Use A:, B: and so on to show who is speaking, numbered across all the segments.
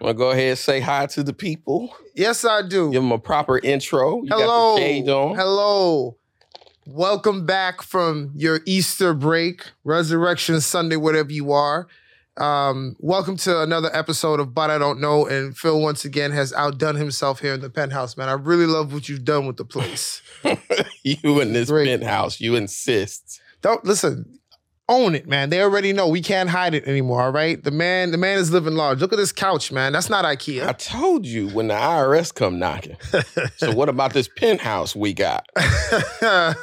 A: want to go ahead and say hi to the people.
B: Yes, I do.
A: Give them a proper intro. You Got
B: Hello.
A: the shade on.
B: Hello. Welcome back from your Easter break, Resurrection Sunday, whatever you are. Um, welcome to another episode of But I Don't Know. And Phil once again has outdone himself here in the penthouse, man. I really love what you've done with the place.
A: You in this
B: Great.
A: penthouse. You insist.
B: Don't listen, own it, man. They already know we can't hide it anymore, all right? The man, the man is living large. Look at this couch, man. That's not
A: I
B: IKEA.
A: told you when the IRS come knocking. so what about this penthouse we got?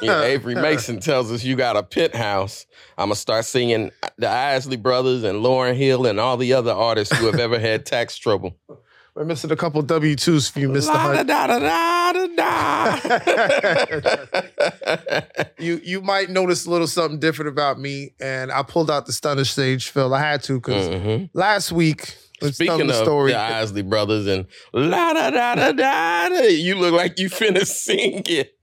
A: You know, Avery Mason tells us you got a penthouse. I'm gonna start singing uh, the Isley Brothers and Lauren Hill and all the other artists who have ever had tax trouble.
B: We're missing a couple W 2s for you, Mr. Hunt.
A: La da da da da da.
B: you you might notice a little something different about me, and I pulled out the stunner stage, Phil. I had to because
A: Mhm.
B: last week, when
A: Speaking
B: Stunner
A: of
B: story,
A: the uh, Isley Brothers and la da da da da, da, you look like you finna sing it.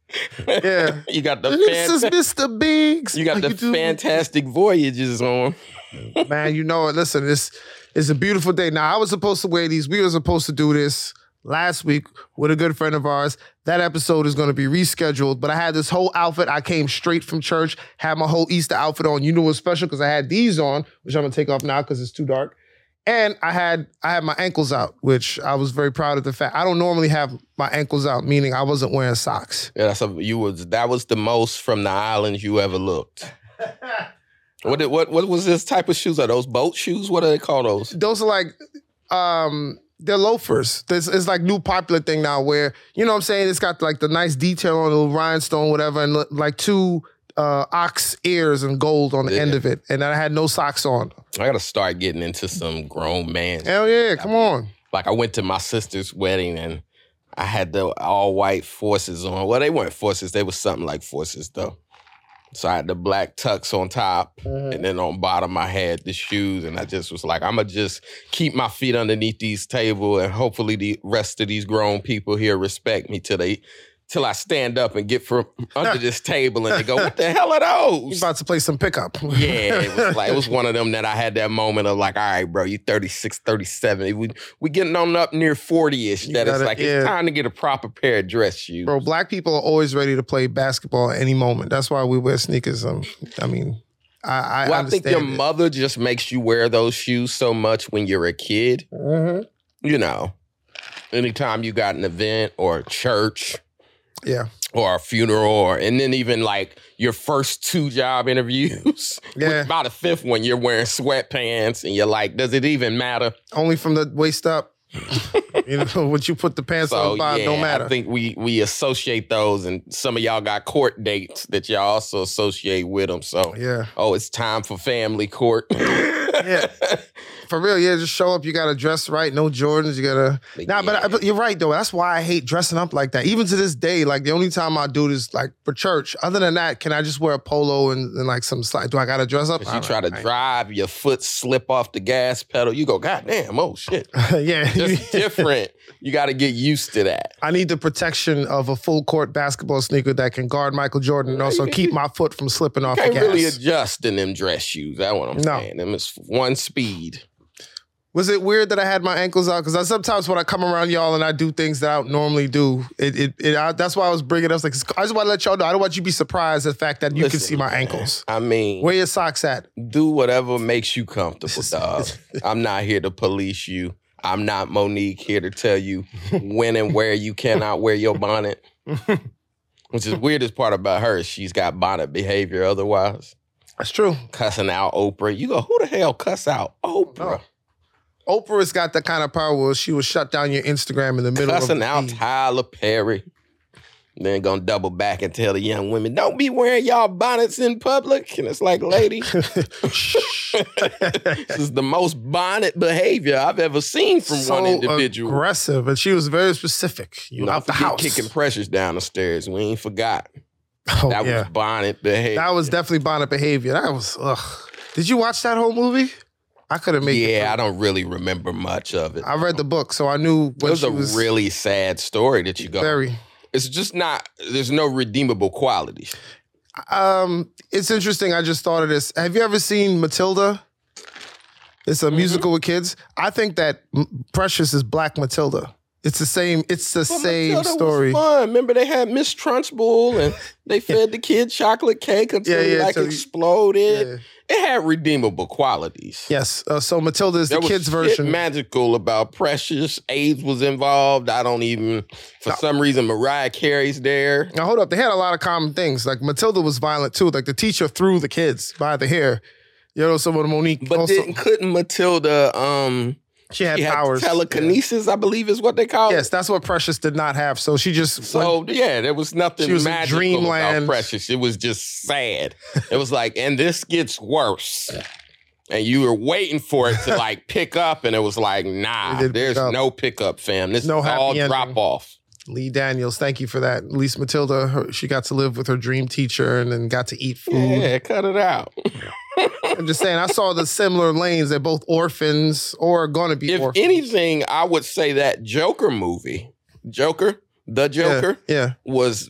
B: Yeah.
A: you got the
B: this is
A: fanta-
B: Mr. Biggs.
A: you got
B: How
A: the
B: doing?
A: fantastic voyages on.
B: man. You know it. Listen, this is a beautiful day. Now I was supposed to wear these. We were supposed to do this last week with a good friend of ours. That episode is going to be rescheduled. But I had this whole outfit. I came straight from church. Had my whole Easter outfit on. You knew it was special because I had these on, which I'm gonna take off now because it's too dark. And I had I had my ankles out, which I was very proud of the fact. I don't normally have my ankles out, meaning I wasn't wearing socks.
A: Yeah, that's a, you was that was the most from the islands you ever looked. What did, what what was this type of shoes? Are those boat shoes? What do they call those?
B: those are like um they're loafers. This is like new popular thing now where, you know what I'm saying? It's got like the nice detail on the little rhinestone, whatever, and look, like two uh ox ears and gold on the
A: Yeah.
B: end of it. And I had no socks on.
A: I gotta start getting into some grown man.
B: Hell yeah, come on.
A: Like I went to my sister's wedding and I had the all white forces on. Well, they weren't forces; they was something like forces though. So I had the black tux on top, and then on bottom I had the shoes, and I just was like, I'ma just keep my feet underneath these table, and hopefully the rest of these grown people here respect me till they. Till I stand up and get from under this table, and they go, "What the hell are those?"
B: You about to play some pickup.
A: Yeah, it was like it was one of them that I had that moment of like, all right, bro, you 36, 37. We we getting on up near 40-ish.
B: You
A: That it's
B: gotta-
A: like
B: yeah.
A: it's time to get a proper pair of dress shoes.
B: Bro, black people are always ready to play basketball at any moment. That's why we wear sneakers. Um, I mean, I, I
A: well, I think
B: understand.
A: your
B: it.
A: mother just makes you wear those shoes so much when you're a kid.
B: Mhm.
A: You know, anytime you got an event or church
B: Yeah.
A: or a funeral, or and then even like your first two job interviews.
B: Yeah.
A: By the fifth one, you're wearing sweatpants and you're like, does it even matter?
B: Only from the waist up. you know, what you put the pants
A: So
B: on by
A: yeah,
B: don't matter.
A: I think we we associate those, and some of y'all got court dates that y'all also associate with them. So
B: yeah.
A: oh, it's time for family court.
B: yeah, for real. Yeah, just show up. You gotta dress right. No Jordans. You gotta.
A: But
B: Nah, but,
A: yeah.
B: I, but you're right though. That's why I hate dressing up like that. Even to this day, like the only time I do this, like for church. Other than that, can I just wear a polo and, and like some slide? Do I gotta dress up?
A: As you try to drive, your foot slip off the gas pedal. You go, God damn, oh shit.
B: drive.
A: It's
B: yeah,
A: different. You got to get used to that.
B: I need the protection of a full court basketball sneaker that can guard Michael Jordan and also keep my foot from slipping off the
A: Can't
B: gas.
A: really adjust in them dress shoes. That's what I'm
B: No.
A: saying. Them is one speed.
B: Was it weird that I had my ankles out? Because I, sometimes when I come around y'all and I do things that I don't normally do, it, it, it I, that's why I was bringing it up. Like I just want to let y'all know. I don't want you to be surprised at the fact that you can
A: Listen,
B: see my
A: man,
B: ankles.
A: I mean,
B: Where your socks at?
A: do whatever makes you comfortable, dog. I'm not here to police you. I'm not Monique here to tell you when and where you cannot wear your bonnet. Which is weirdest part about her, is she's got bonnet behavior otherwise.
B: That's true.
A: Cussing out Oprah. You go, who the hell cuss out
B: Oh,
A: Oprah?
B: Oprah's got the kind of power where she will shut down your Instagram in the middle of
A: Cussing
B: the
A: out
B: feed.
A: Tyler Perry. Then gonna double back and tell the young women, don't be wearing y'all bonnets in public. And it's like, lady, this is the most bonnet behavior I've ever seen from
B: so
A: one individual.
B: aggressive, and she was very specific. You
A: Don't
B: out the
A: forget
B: house.
A: kicking pressures down the stairs. We ain't forgot.
B: Oh,
A: That
B: yeah.
A: was bonnet behavior.
B: that was definitely bonnet behavior. That was ugh. Did you watch that whole movie? I could have made it.
A: yeah, I don't really remember much of it.
B: I read the book, so I knew
A: it
B: when
A: was
B: she
A: a
B: was
A: really sad story that you go.
B: very.
A: It's just not. There's no redeemable qualities.
B: Um, it's interesting. I just thought of this. Have you ever seen Matilda? It's
A: Mm-hmm.
B: a musical with kids. I think that M- Precious is Black Matilda. It's the same. It's the
A: But
B: same
A: Matilda was
B: story.
A: fun. Remember they had Miss Trunchbull and they fed the kid chocolate cake until
B: Yeah,
A: he
B: yeah,
A: like
B: till he-
A: exploded.
B: Yeah.
A: It had redeemable qualities.
B: Yes. Uh, so Matilda is
A: There
B: the
A: was
B: kids'
A: shit
B: version.
A: magical about Precious. AIDS was involved. I don't even for some reason Mariah Carey's there.
B: Now hold up, they had a lot of common things. Like Matilda was violent too. Like the teacher threw the kids by the hair. You know, someone Monique.
A: But
B: also,
A: then couldn't Matilda um
B: she had
A: she had
B: powers.
A: telekinesis, I believe is what they call
B: Yeah.
A: it.
B: Yes, that's what Precious did not have. So she just
A: So yeah, there was nothing
B: She was in
A: magical
B: dreamland.
A: about Precious. It was just sad. it was like, and this gets worse. And you were waiting for it to like pick up, and it was like,
B: It
A: nah,
B: didn't pick
A: there's
B: up.
A: no pickup, fam. This
B: No
A: is
B: happy
A: all
B: ending.
A: drop off.
B: Lee Daniels, thank you for that. At least Matilda, her, she got to live with her dream teacher and then got to eat food.
A: Yeah, cut it out.
B: I'm just saying, I saw the similar lanes. They're both orphans or going to be
A: If
B: orphans.
A: anything, I would say that Joker movie, Joker, the
B: Yeah,
A: Joker,
B: Yeah,
A: was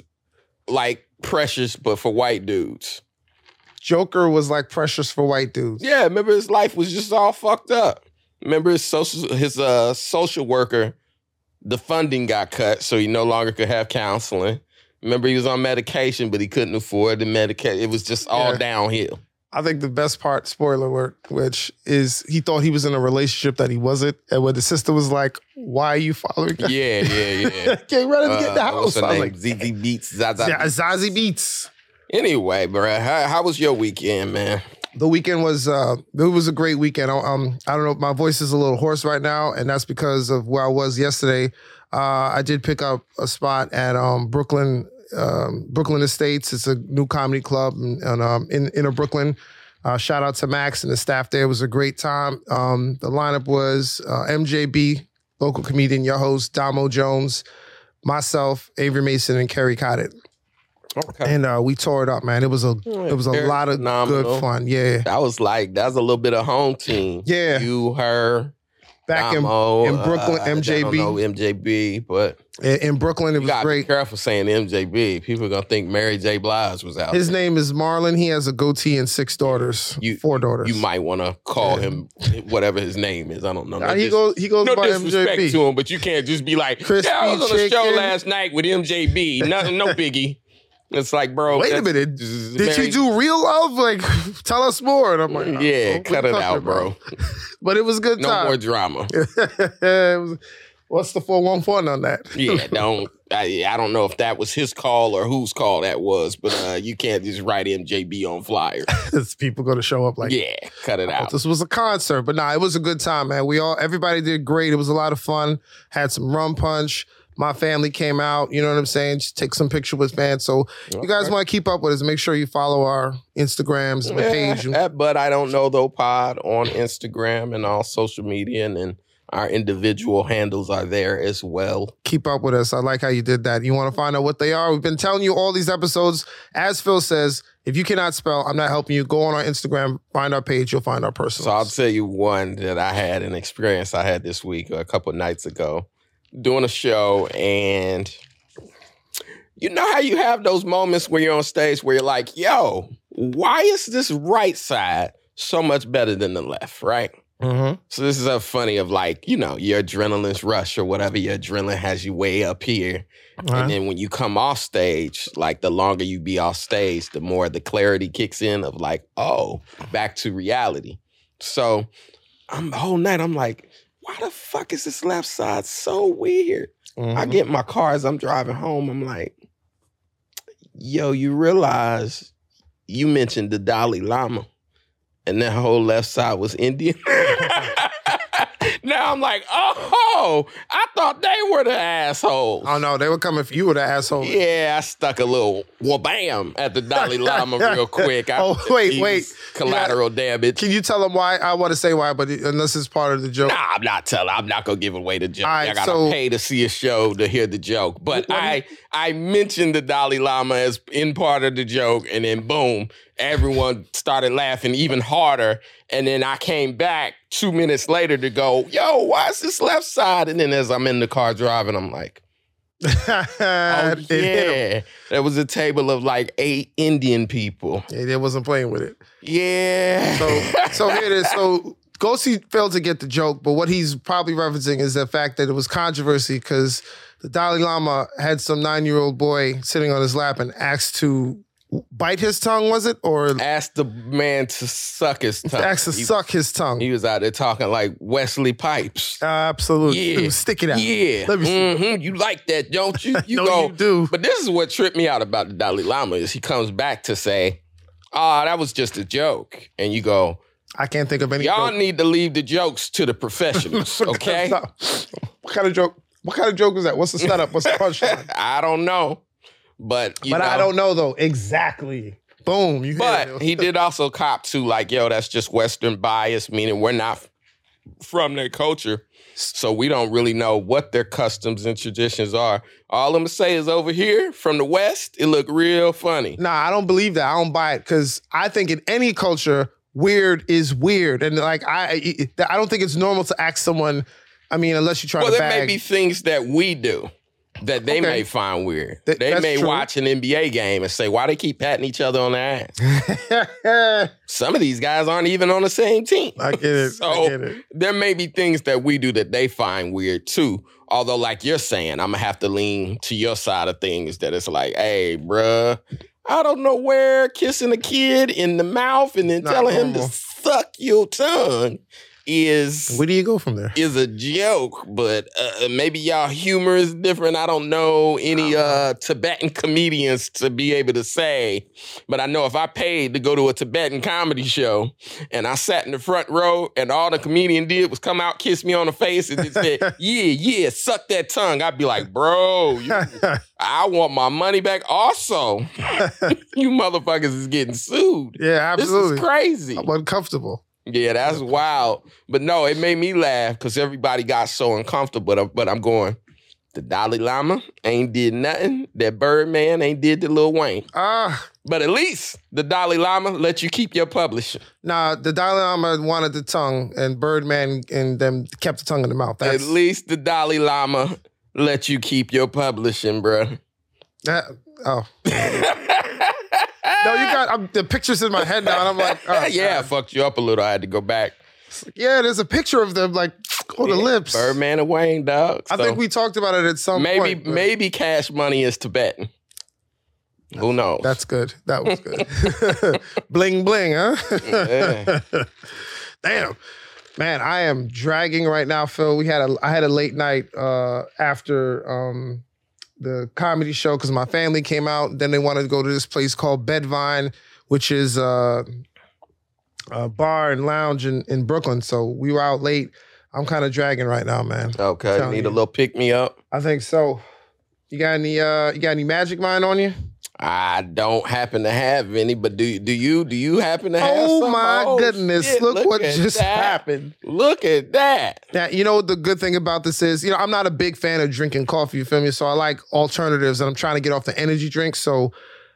A: like precious, but for white dudes.
B: Joker was like precious for white dudes.
A: Yeah, remember his life was just all fucked up. Remember his social his uh social worker, the funding got cut, so he no longer could have counseling. Remember he was on medication, but he couldn't afford the medication. It was just all
B: Yeah.
A: downhill.
B: I think the best part, spoiler alert, which is he thought he was in a relationship that he wasn't, and when the sister was like, "Why are you following?" her?"
A: Yeah, yeah, yeah.
B: Can't run and get in the
A: Uh,
B: house.
A: what's her
B: I was
A: name?
B: like,
A: ZZ Beats. Zaza.
B: yeah, Zazie Beats.
A: Anyway, bro, how, how was your weekend, man?
B: the weekend was uh it was a great weekend. I- Um, I don't know, my voice is a little hoarse right now, and that's because of where I was yesterday. Uh, I did pick up a spot at um Brooklyn um, Brooklyn Estates. It's a new comedy club and, um, in inner Brooklyn. Uh, shout out to Max and the staff there. It was a great time. Um, the lineup was uh, MJB, local comedian, your host Damo Jones, myself, Avery Mason, and Kerry Cottett.
A: Okay.
B: And uh, we tore it up, man. It was a it was a
A: Very
B: lot of
A: phenomenal.
B: good fun. Yeah,
A: That was like that was a little bit of home team.
B: yeah.
A: You, her,
B: Back in
A: Damo,
B: in Brooklyn,
A: uh, I don't
B: MJB.
A: know MJB, but
B: In, in Brooklyn, it
A: You
B: was
A: gotta be
B: great.
A: careful saying MJB. People are gonna think Mary J. Blige was out.
B: His
A: there.
B: name is Marlon. He has a goatee and six daughters,
A: You-
B: four daughters.
A: You might want to call
B: Yeah.
A: him whatever his name is. I don't know.
B: Uh, he
A: dis-
B: goes. He goes
A: no
B: by
A: disrespect
B: MJB.
A: to him, but you can't just be like,
B: Crispy
A: "Yeah, I was on a show
B: chicken."
A: last night with MJB. Nothing, no biggie." It's like, bro,
B: Wait a
A: that's-
B: minute.
A: this is
B: Did
A: Mary-
B: you do real love? Like, tell us more. And I'm like,
A: Yeah,
B: I don't know what
A: cut
B: you're
A: it
B: talking
A: out, bro.
B: about. But it was a good
A: No
B: time.
A: more drama.
B: It was- what's the four one four on that?
A: Yeah, don't. I, I don't know if that was his call or whose call that was, but uh, you can't just write MJB on flyer.
B: Is people going to show up like
A: yeah, cut it
B: I
A: out.
B: thought This was a concert, but nah, it was a good time, man. We all everybody did great. It was a lot of fun. Had some rum punch. My family came out. You know what I'm saying? Just take some picture with fans. So you guys want to keep up with us? Make sure you follow our Instagrams and the
A: Yeah,
B: page. And
A: at but I don't know though pod on Instagram and all social media, and then our individual handles are there as well.
B: keep up with us. I like how you did that. You want to find out what they are? We've been telling you all these episodes. As Phil says, if you cannot spell, I'm not helping you. Go on our Instagram, find our page. You'll find our
A: So I'll
B: personal.
A: tell you one that I had an experience I had this week or a couple nights ago doing a show and. You know how you have those moments where you're on stage where you're like, yo, why is this right side so much better than the left, right?
B: Mm-hmm.
A: So this is a funny of like, you know, your adrenaline's rush or whatever, your adrenaline has you way up here.
B: Uh-huh.
A: And then when you come off stage, like the longer you be off stage, the more the clarity kicks in of like, oh, back to reality. So I'm the whole night, I'm like, why the fuck is this left side so weird? I
B: Mm-hmm.
A: get in my car as I'm driving home, I'm like, yo, you realize you mentioned the Dalai Lama and that whole left side was Indian. now I'm like, oh, I thought they were the assholes.
B: Oh no, they were coming for you with an asshole.
A: Yeah, I stuck a little well bam at the Dalai Lama real quick. I-
B: Oh, wait,
A: he
B: wait.
A: was Collateral damage.
B: Can you tell them why? I want to say why, but unless it's part of the joke.
A: Nah, I'm not telling. I'm not gonna give away the joke.
B: All right,
A: I gotta
B: so-
A: pay to see a show to hear the joke. But
B: What do
A: I I mentioned the Dalai Lama as in part of the joke, and then boom, everyone started laughing even harder. And then I came back two minutes later to go, yo, why is this left side? And then as I'm in the car driving, I'm like, oh
B: It hit 'em.
A: yeah, there was a table of like eight Indian people.
B: Yeah, they wasn't playing with it.
A: Yeah.
B: So, so here it is. So Gosi failed to get the joke, but what he's probably referencing is the fact that it was controversy because the Dalai Lama had some nine year old boy sitting on his lap and asked to bite his tongue, was it? Or
A: Asked the man to suck his tongue.
B: asked to
A: He-
B: suck his tongue.
A: He was out there talking like Wesley Pipes.
B: Absolutely.
A: Yeah.
B: Ooh, stick it out.
A: Yeah.
B: Let me see.
A: Mhm. You like that, don't you? You
B: no,
A: go.
B: you do.
A: But this is what tripped me out about the Dalai Lama is he comes back to say, "Ah, that was just a joke," and you go,
B: I can't think of any.
A: "Y'all
B: joke.
A: need to leave the jokes to the professionals, okay?"
B: what kind of joke? What kind of joke was that? What's the setup? What's the punchline?
A: I don't know, but you
B: but I
A: know.
B: don't know though exactly. Boom. You hit
A: But
B: it.
A: he did also cop to like, yo, that's just Western bias, meaning we're not f- from their culture. So we don't really know what their customs and traditions are. All I'm gonna say is over here from the West, it looked real funny.
B: Nah, I don't believe that. I don't buy it because I think in any culture, weird is weird, and like I, I I don't think it's normal to ask someone. I mean, unless you try
A: Well,
B: to
A: there
B: bag.
A: may be things that we do that they
B: Okay.
A: may find weird.
B: Th-
A: they
B: that's
A: may
B: true.
A: watch an NBA game and say, why they keep patting each other on the ass? Some of these guys aren't even on the same team.
B: I get it. I
A: So-
B: get it.
A: there may be things that we do that they find weird too. Although, like you're saying, I'm gonna have to lean to your side of things that it's like, hey, bruh, I don't know where kissing a kid in the mouth and then
B: Not
A: telling him
B: normal.
A: to suck your tongue is
B: Where do you go from there?
A: is a joke, but uh, maybe y'all humor is different. I don't know any uh, Tibetan comedians to be able to say, but I know if I paid to go to a Tibetan comedy show and I sat in the front row and all the comedian did was come out, kiss me on the face, and just said, "Yeah, yeah, suck that tongue," I'd be like, "Bro, you- I want my money back." Also, you motherfuckers is getting sued.
B: yeah,
A: This
B: absolutely.
A: is crazy.
B: I'm uncomfortable.
A: Yeah, that's wild. But no, it made me laugh because everybody got so uncomfortable. But I'm, but I'm going, the Dalai Lama ain't did nothing. That Birdman ain't did the Lil Wayne.
B: Ah.
A: But at least the Dalai Lama let you keep your publishing.
B: Nah, the Dalai Lama wanted the tongue, and Birdman and them kept the tongue in the mouth. That's,
A: At least the Dalai Lama let you keep your publishing, bruh.
B: that. Oh no, you got I'm, the pictures in my head now, and I'm like, oh,
A: yeah, I
B: God.
A: fucked you up a little. I had to go back.
B: yeah. There's a picture of them, like on the
A: Yeah,
B: lips.
A: Birdman and Wayne, dog.
B: I
A: So
B: think we talked about it at some
A: maybe
B: point. but
A: maybe Cash Money is Tibetan. Who knows?
B: that's good. That was good. bling bling, huh? Damn. Man, I am dragging right now, Phil. We had a I had a late night uh, after um, the comedy show because my family came out. Then they wanted to go to this place called Bedvine, which is uh, a bar and lounge in, in Brooklyn. So we were out late. I'm kind of dragging right now, man.
A: Okay,
B: Telling
A: need
B: you.
A: a little pick me up.
B: I think so. You got any uh, you got any magic mind on you?
A: I don't happen to have any, but do do you do you happen to have?
B: Oh
A: some?
B: my
A: Oh,
B: goodness!
A: shit,
B: look, what
A: at
B: just
A: that.
B: happened.
A: Look at that!
B: Now, you know what the good thing about this is, you know, I'm not a big fan of drinking coffee, you feel me? So I like alternatives and I'm trying to get off the energy drinks. So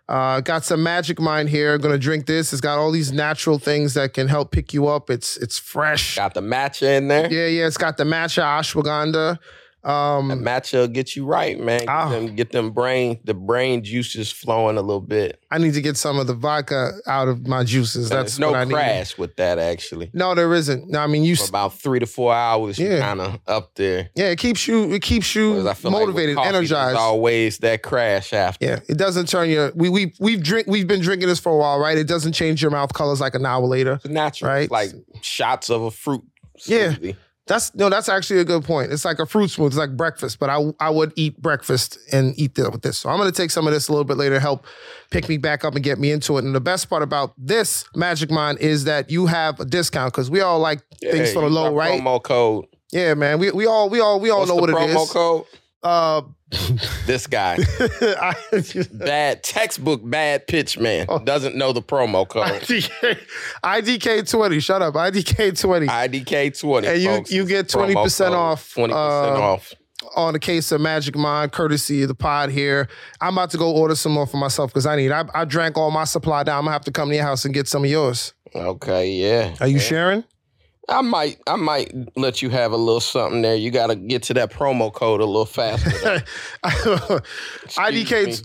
B: uh got some magic mind here. Gonna drink this. It's got all these natural things that can help pick you up. It's it's fresh.
A: Got the matcha in there.
B: Yeah, yeah. It's got the matcha ashwagandha.
A: The
B: Um
A: matcha will get you right, man. Get,
B: Ah.
A: them, get them brain the brain juices flowing a little bit.
B: I need to get some of the vodka out of my juices. That's
A: There's no
B: what I need.
A: crash with that actually.
B: No, there isn't. No, I mean you
A: For
B: s-
A: about three to four hours, you
B: Yeah.
A: kind of up there.
B: yeah, it keeps you it keeps you
A: 'Cause I feel like with
B: motivated,
A: coffee, there's
B: energized.
A: Always that crash after.
B: Yeah, it doesn't turn your we we we've drink we've been drinking this for a while, right? It doesn't change your mouth colors like an hour later.
A: It's natural,
B: Right.
A: It's like shots of a fruit.
B: Yeah.
A: smoothie.
B: That's no, that's actually a good point. It's like a fruit smoothie, it's like breakfast, but I I would eat breakfast and eat that with this. So I'm gonna take some of this a little bit later, to help pick me back up and get me into it. And the best part about this Magic Mind is that you have a discount because we all like things
A: Yeah,
B: for the
A: use
B: low,
A: our
B: right?
A: Promo code.
B: Yeah, man. We we all we all we all
A: What's
B: know
A: the
B: what it
A: promo
B: is.
A: code?
B: Uh,
A: This guy.
B: I-
A: bad textbook bad pitch man
B: Oh.
A: doesn't know the promo code
B: IDK, IDK twenty. Shut up, IDK twenty.
A: IDK twenty
B: And you-
A: folks,
B: you
A: is
B: get
A: the promo
B: 20%
A: code.
B: off,
A: twenty percent
B: uh,
A: off.
B: on the case of Magic Mind, courtesy of the pod here. I'm about to go order some more for myself because I need. I, I uh, drank all my supply down. I'm gonna have to come to your house and get some of yours.
A: Okay, yeah.
B: Are you sharing?
A: I might, I might let you have a little something there. You got to get to that promo code a little faster. though.
B: IDK.
A: Excuse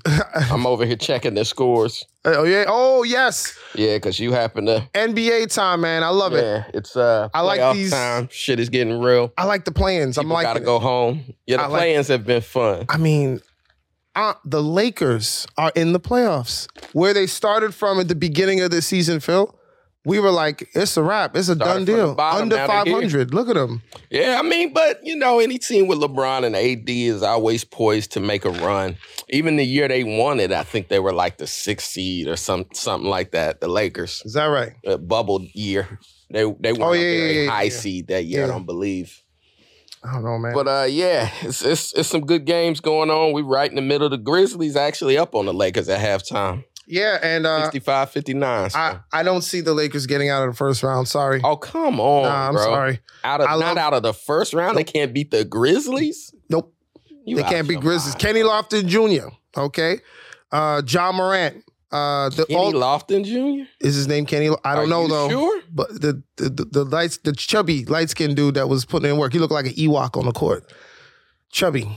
A: I'm over here checking the scores.
B: oh yeah. Oh yes.
A: Yeah, because you happen to.
B: NBA time, man. I love it.
A: Yeah, it's uh.
B: I like
A: playoff
B: these-
A: Time. Shit is getting real.
B: I like the plans. I'm
A: People
B: like.
A: gotta go home. Yeah, the
B: I like-
A: plans have been fun.
B: I mean, uh, the Lakers are in the playoffs where they started from at the beginning of the season, Phil. We were like, it's a wrap. It's a
A: Started from
B: done
A: the
B: deal.
A: bottom,
B: Under
A: now they're here.
B: 500. Look at them.
A: Yeah, I mean, but you know, any team with LeBron and AD is always poised to make a run. Even the year they won it, I think they were like the sixth seed or some something like that. The Lakers
B: Is that right?
A: uh, bubble year, they they were
B: Oh,
A: up
B: yeah,
A: there
B: yeah,
A: a
B: yeah,
A: high
B: yeah.
A: seed that year. I
B: Yeah.
A: don't believe.
B: I don't know, man.
A: But uh, yeah, it's, it's it's some good games going on. We right in the middle. The Grizzlies actually up on the Lakers at halftime,
B: yeah, and uh,
A: 65-59. so-
B: I, I don't see the Lakers getting out of the first round. Sorry.
A: oh come on,
B: nah, I'm
A: bro!
B: sorry.
A: Out of
B: I
A: not
B: love-
A: out of the first round, they can't beat the Grizzlies.
B: Nope.
A: You
B: they
A: out
B: can't be
A: your
B: Grizzlies.
A: mind.
B: Kenny Lofton Jr. Okay. Uh, John Morant. Uh, the,
A: Kenny
B: all,
A: Lofton Jr.
B: is his name Kenny? Lo- I don't
A: Are
B: know
A: you
B: though.
A: Sure.
B: But the the, the, the lights the chubby light skinned dude that was putting in work, he looked like an Ewok on the court. Chubby.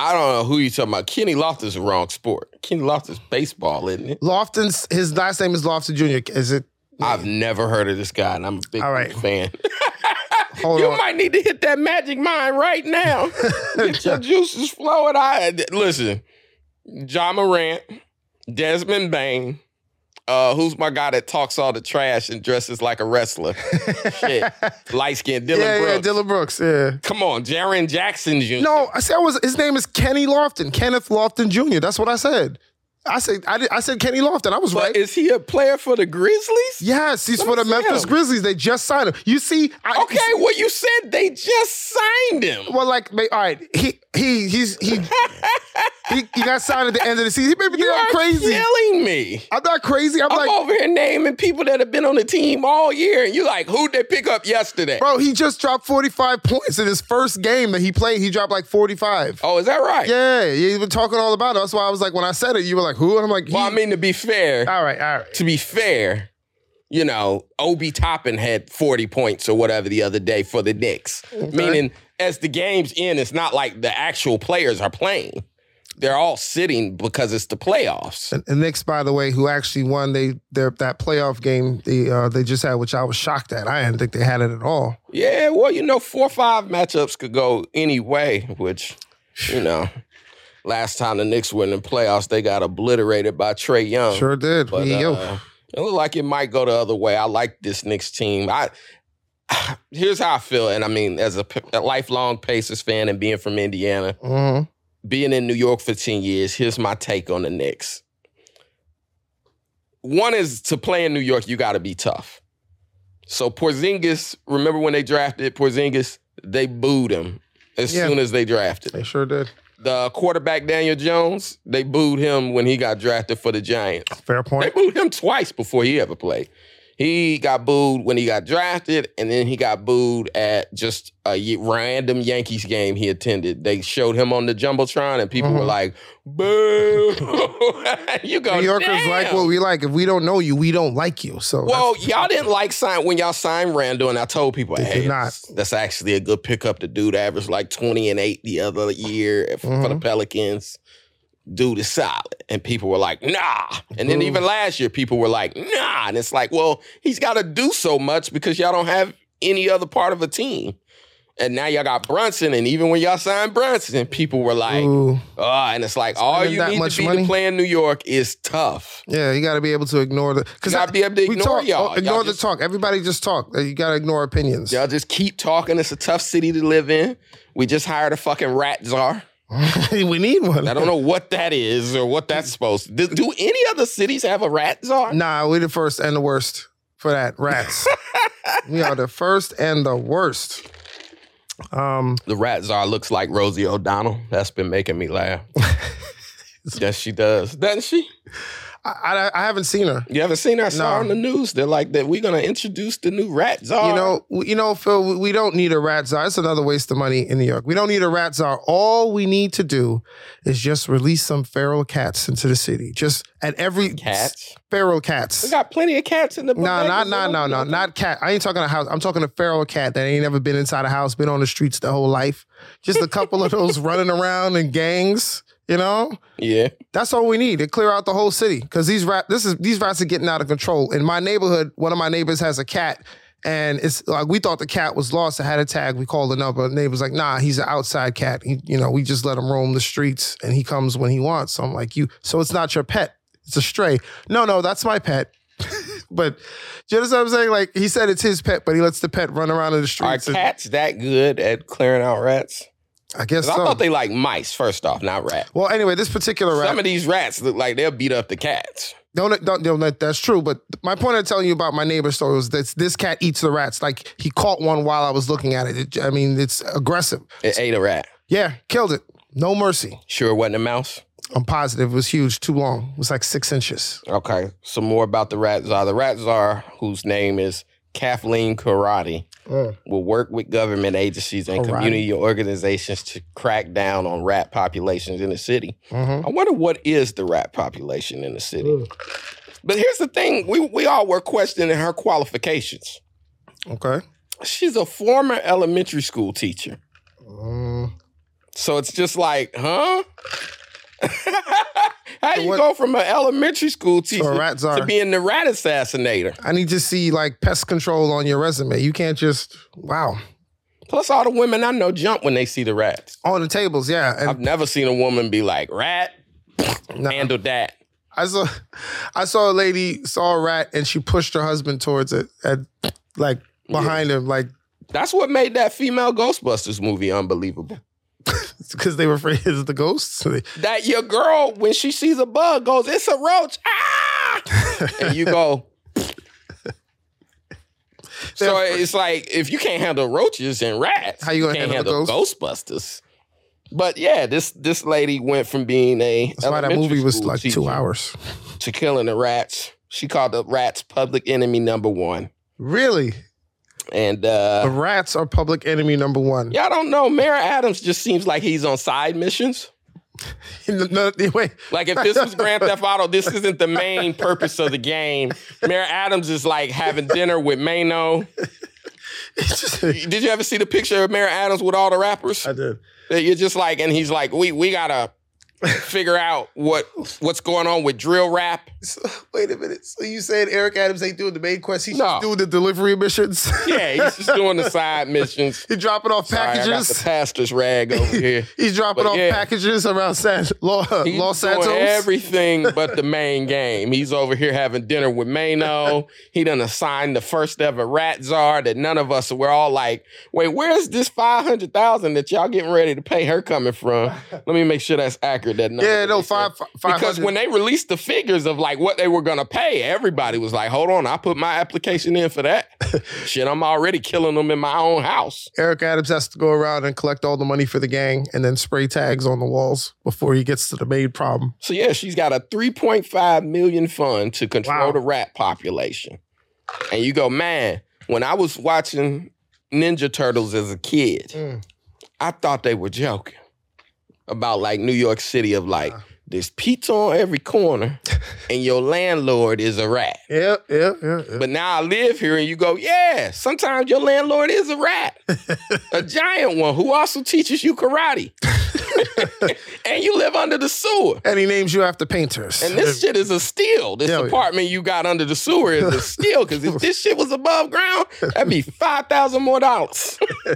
A: I don't know who you talking about. Kenny Lofton's the wrong sport. Kenny Lofton's baseball, isn't it?
B: Lofton's his last name is Lofton Jr. Is it
A: I've never heard of this guy, and I'm a big
B: All right.
A: fan.
B: hold
A: you
B: on.
A: might need to hit that magic mind right now. Get your juices flowing. I listen. John Morant, Desmond Bain. Uh, who's my guy that talks all the trash and dresses like a wrestler? Shit, light skinned Dylan
B: yeah,
A: Brooks.
B: yeah, Dylan Brooks. Yeah.
A: Come on, Jaron Jackson Jr.
B: No, I said I was his name is Kenny Lofton. Kenneth Lofton Jr. That's what I said. I said I, did, I said Kenny Lofton. I was
A: but
B: right.
A: is he a player for the Grizzlies?
B: Yes, he's
A: Let
B: for
A: me
B: the
A: see
B: Memphis
A: him.
B: Grizzlies. They just signed him. You see, I,
A: Okay, well, you said they just signed him.
B: Well, like, ma- all right, he he he's he he, he got signed at the end of the season. He made me
A: you
B: think
A: are
B: I'm crazy.
A: killing me.
B: I'm not crazy. I'm,
A: I'm
B: like,
A: over here naming people that have been on the team all year, and you like, who'd they pick up yesterday?
B: bro, he just dropped 45 points in his first game that he played. He dropped like 45.
A: Oh, is that right?
B: Yeah, yeah, you've been talking all about it. That's why I was like, when I said it, you were like, who? And I'm like,
A: Well, I
B: he-
A: mean, to be fair,
B: all right, all right.
A: to be fair, you know, Obi Toppin had 40 points or whatever the other day for the Knicks. Meaning, as the games end, it's not like the actual players are playing. They're all sitting because it's the playoffs.
B: And, and Knicks, by the way, who actually won they their that playoff game they uh, they just had, which I was shocked at. I didn't think they had it at all.
A: Yeah, well, you know, four or five matchups could go any way, which, you know, last time the Knicks were in the playoffs, they got obliterated by Trey Young.
B: Sure did.
A: But
B: Yeah, yo.
A: uh, it looked like it might go the other way. I like this Knicks team. I here's how I feel, and I mean, as a, p- a lifelong Pacers fan and being from Indiana,
B: Mhm.
A: being in New York for ten years, here's my take on the Knicks. One is to play in New York, you got to be tough. So Porzingis, remember when they drafted Porzingis, they booed him as
B: Yeah.
A: soon as they drafted
B: They
A: him.
B: sure did.
A: The quarterback Daniel Jones, they booed him when he got drafted for the Giants.
B: Fair
A: They
B: point.
A: booed him twice before he ever played. He got booed when he got drafted, and then he got booed at just a ye- random Yankees game he attended. They showed him on the jumbotron, and people were
B: Mhm.
A: like, "Boo!" you go,
B: New Yorkers
A: "Damn."
B: like what we like. If we don't know you, we don't like you. So that's-
A: Well, y'all didn't like sign when y'all signed Randall, and I told people,
B: They
A: "Hey,
B: did not.
A: that's- that's actually a good pickup." The dude averaged like twenty and eight the other year f- for the
B: Mhm.
A: Pelicans. Dude is solid, and people were like, "Nah." And then
B: Boo.
A: even last year, people were like, "Nah," and it's like, "Well, he's got to do so much because y'all don't have any other part of a team." And now y'all got Brunson, and even when y'all signed Brunson, people were like,
B: Ooh.
A: "Ah," and it's like all
B: Spending
A: you
B: that
A: need
B: much
A: to be
B: money?
A: to play in New York is tough.
B: yeah, you got to be able to ignore the
A: You
B: because
A: gotta be able to
B: we
A: ignore
B: talk,
A: y'all.
B: oh,
A: Y'all
B: ignore the
A: just-
B: talk. Everybody just talk. You got to ignore opinions.
A: Y'all just keep talking. It's a tough city to live in. We just hired a fucking rat czar.
B: we need one.
A: I don't know what that is or what that's supposed to do. Do any other cities have a rat czar?
B: Nah, we the first and the worst for that. Rats. we are the first and the worst. Um,
A: The rat czar looks like Rosie O'Donnell. That's been making me laugh. yes, she does. Doesn't she?
B: I, I, I haven't seen her.
A: You haven't seen her? I saw
B: No.
A: her on the news. They're like that. We're gonna introduce the new rat czar.
B: You know, w- you know, Phil. we- We don't need a rat czar. It's another waste of money in New York. We don't need a rat czar. All we need to do is just release some feral cats into the city. Just at every
A: cats.
B: feral
A: We
B: cats.
A: got plenty of cats in the.
B: No,
A: bodegas.
B: not
A: They
B: no,
A: don't
B: no,
A: do
B: no,
A: nothing.
B: not cat. I ain't talking a house. I'm talking a feral cat that ain't never been inside a house, been on the streets their whole life. Just a couple of those running around in gangs. You know,
A: Yeah,
B: that's all we need to clear out the whole city because these rat this is these rats are getting out of control. In my neighborhood, one of my neighbors has a cat, and it's like we thought the cat was lost. It had a tag. We called the number. The neighbor's like, "Nah, he's an outside cat. He, you know, we just let him roam the streets, and he comes when he wants." So I'm like, "You, so it's not your pet? It's a stray? No, no, that's my pet." but do you understand what I'm saying? Like he said, it's his pet, but he lets the pet run around in the
A: are
B: streets. and-
A: cats that good at clearing out rats?
B: I guess
A: 'Cause I
B: so.
A: thought they like mice. First off, not rats.
B: well, anyway, this particular rat.
A: Some of these rats look like they'll beat up the cats.
B: Don't, don't, don't let- that's true. But my point of telling you about my neighbor's story was that this cat eats the rats. Like he caught one while I was looking at it. It- I mean, it's aggressive.
A: It ate a rat.
B: Yeah, killed it. No mercy.
A: Sure, it wasn't a mouse.
B: I'm positive it was huge, too long. It was like six inches.
A: Okay, some more about the rat czar. The rat czar, whose name is Kathleen Karate,
B: Mm.
A: will work with government agencies and
B: Karate.
A: community organizations to crack down on rat populations in the city.
B: hmm
A: I wonder what is the rat population in the city.
B: Mm.
A: But here's the thing: we we all were questioning her qualifications.
B: Okay.
A: She's a former elementary school teacher,
B: Mm.
A: so it's just like, huh? How you
B: what-
A: go from an elementary school teacher
B: So rats
A: to
B: are.
A: being the rat assassinator?
B: I need to see like pest control on your resume. You can't just wow
A: Plus, all the women I know jump when they see the rats.
B: on the tables. Yeah,
A: I've
B: and
A: never seen a woman be like, rat,
B: nah.
A: handle that.
B: I saw I saw a lady saw a rat and she pushed her husband towards it and like behind him like
A: That's what made that female Ghostbusters movie unbelievable.
B: because they were afraid of the ghosts. So they-
A: That your girl, when she sees a bug, goes, it's a roach. Ah! and you go. so it's like, if you can't handle roaches and rats,
B: How you gonna
A: can't
B: handle the
A: Ghostbusters? But yeah, this this lady went from being a
B: That's why that movie was like two
A: hours.
B: hours.
A: to killing the rats. She called the rats public enemy number one.
B: Really?
A: And
B: The
A: uh
B: rats are public enemy number one.
A: yeah, I don't know. Mayor Adams just seems like he's on side missions.
B: No, no, wait,
A: Like if this was Grand Theft Auto, this isn't the main purpose of the game. Mayor Adams is like having dinner with Mano.
B: it's just-
A: Did you ever see the picture of Mayor Adams with all the rappers?
B: I did.
A: That You're just like, and he's like, we we gotta figure out what what's going on with drill rap.
B: So, wait a minute. So you saying Eric Adams ain't doing the main quest? He's
A: No.
B: just doing the delivery missions.
A: Yeah, he's just doing the side missions.
B: He's dropping off
A: Sorry, I got the
B: packages.
A: pastor's rag over here.
B: He's dropping
A: But
B: off
A: yeah.
B: packages around San Los,
A: He's
B: Los
A: doing
B: Santos.
A: everything but the main game. He's over here having dinner with Mano. He done assigned the first ever rat czar that none of us we're all like, wait, where's this five hundred thousand that y'all getting ready to pay her coming from? Let me make sure that's accurate. That number
B: yeah,
A: that
B: no
A: they said.
B: five five
A: Because when
B: hundred.
A: they released the figures of like what they were gonna pay, everybody was like, "Hold on, I put my application in for that. Shit, I'm already killing them in my own house."
B: Eric Adams has to go around and collect all the money for the gang and then spray tags on the walls before he gets to the main problem.
A: So yeah, she's got a 3.5 million fund to control
B: Wow.
A: the rat population. And you go, man, when I was watching Ninja Turtles as a kid,
B: Mm.
A: I thought they were joking about like New York City of like
B: Uh-huh.
A: there's pizza on every corner and your landlord is a rat.
B: Yeah, yeah, yeah. yeah.
A: But now I live here and you go, yeah, sometimes your landlord is a rat, a giant one who also teaches you karate. and you live under the sewer.
B: and he names you after painters.
A: And this shit is a steal. This
B: Hell yeah.
A: apartment you got under the sewer is a steal because if this shit was above ground, that'd be five thousand more dollars.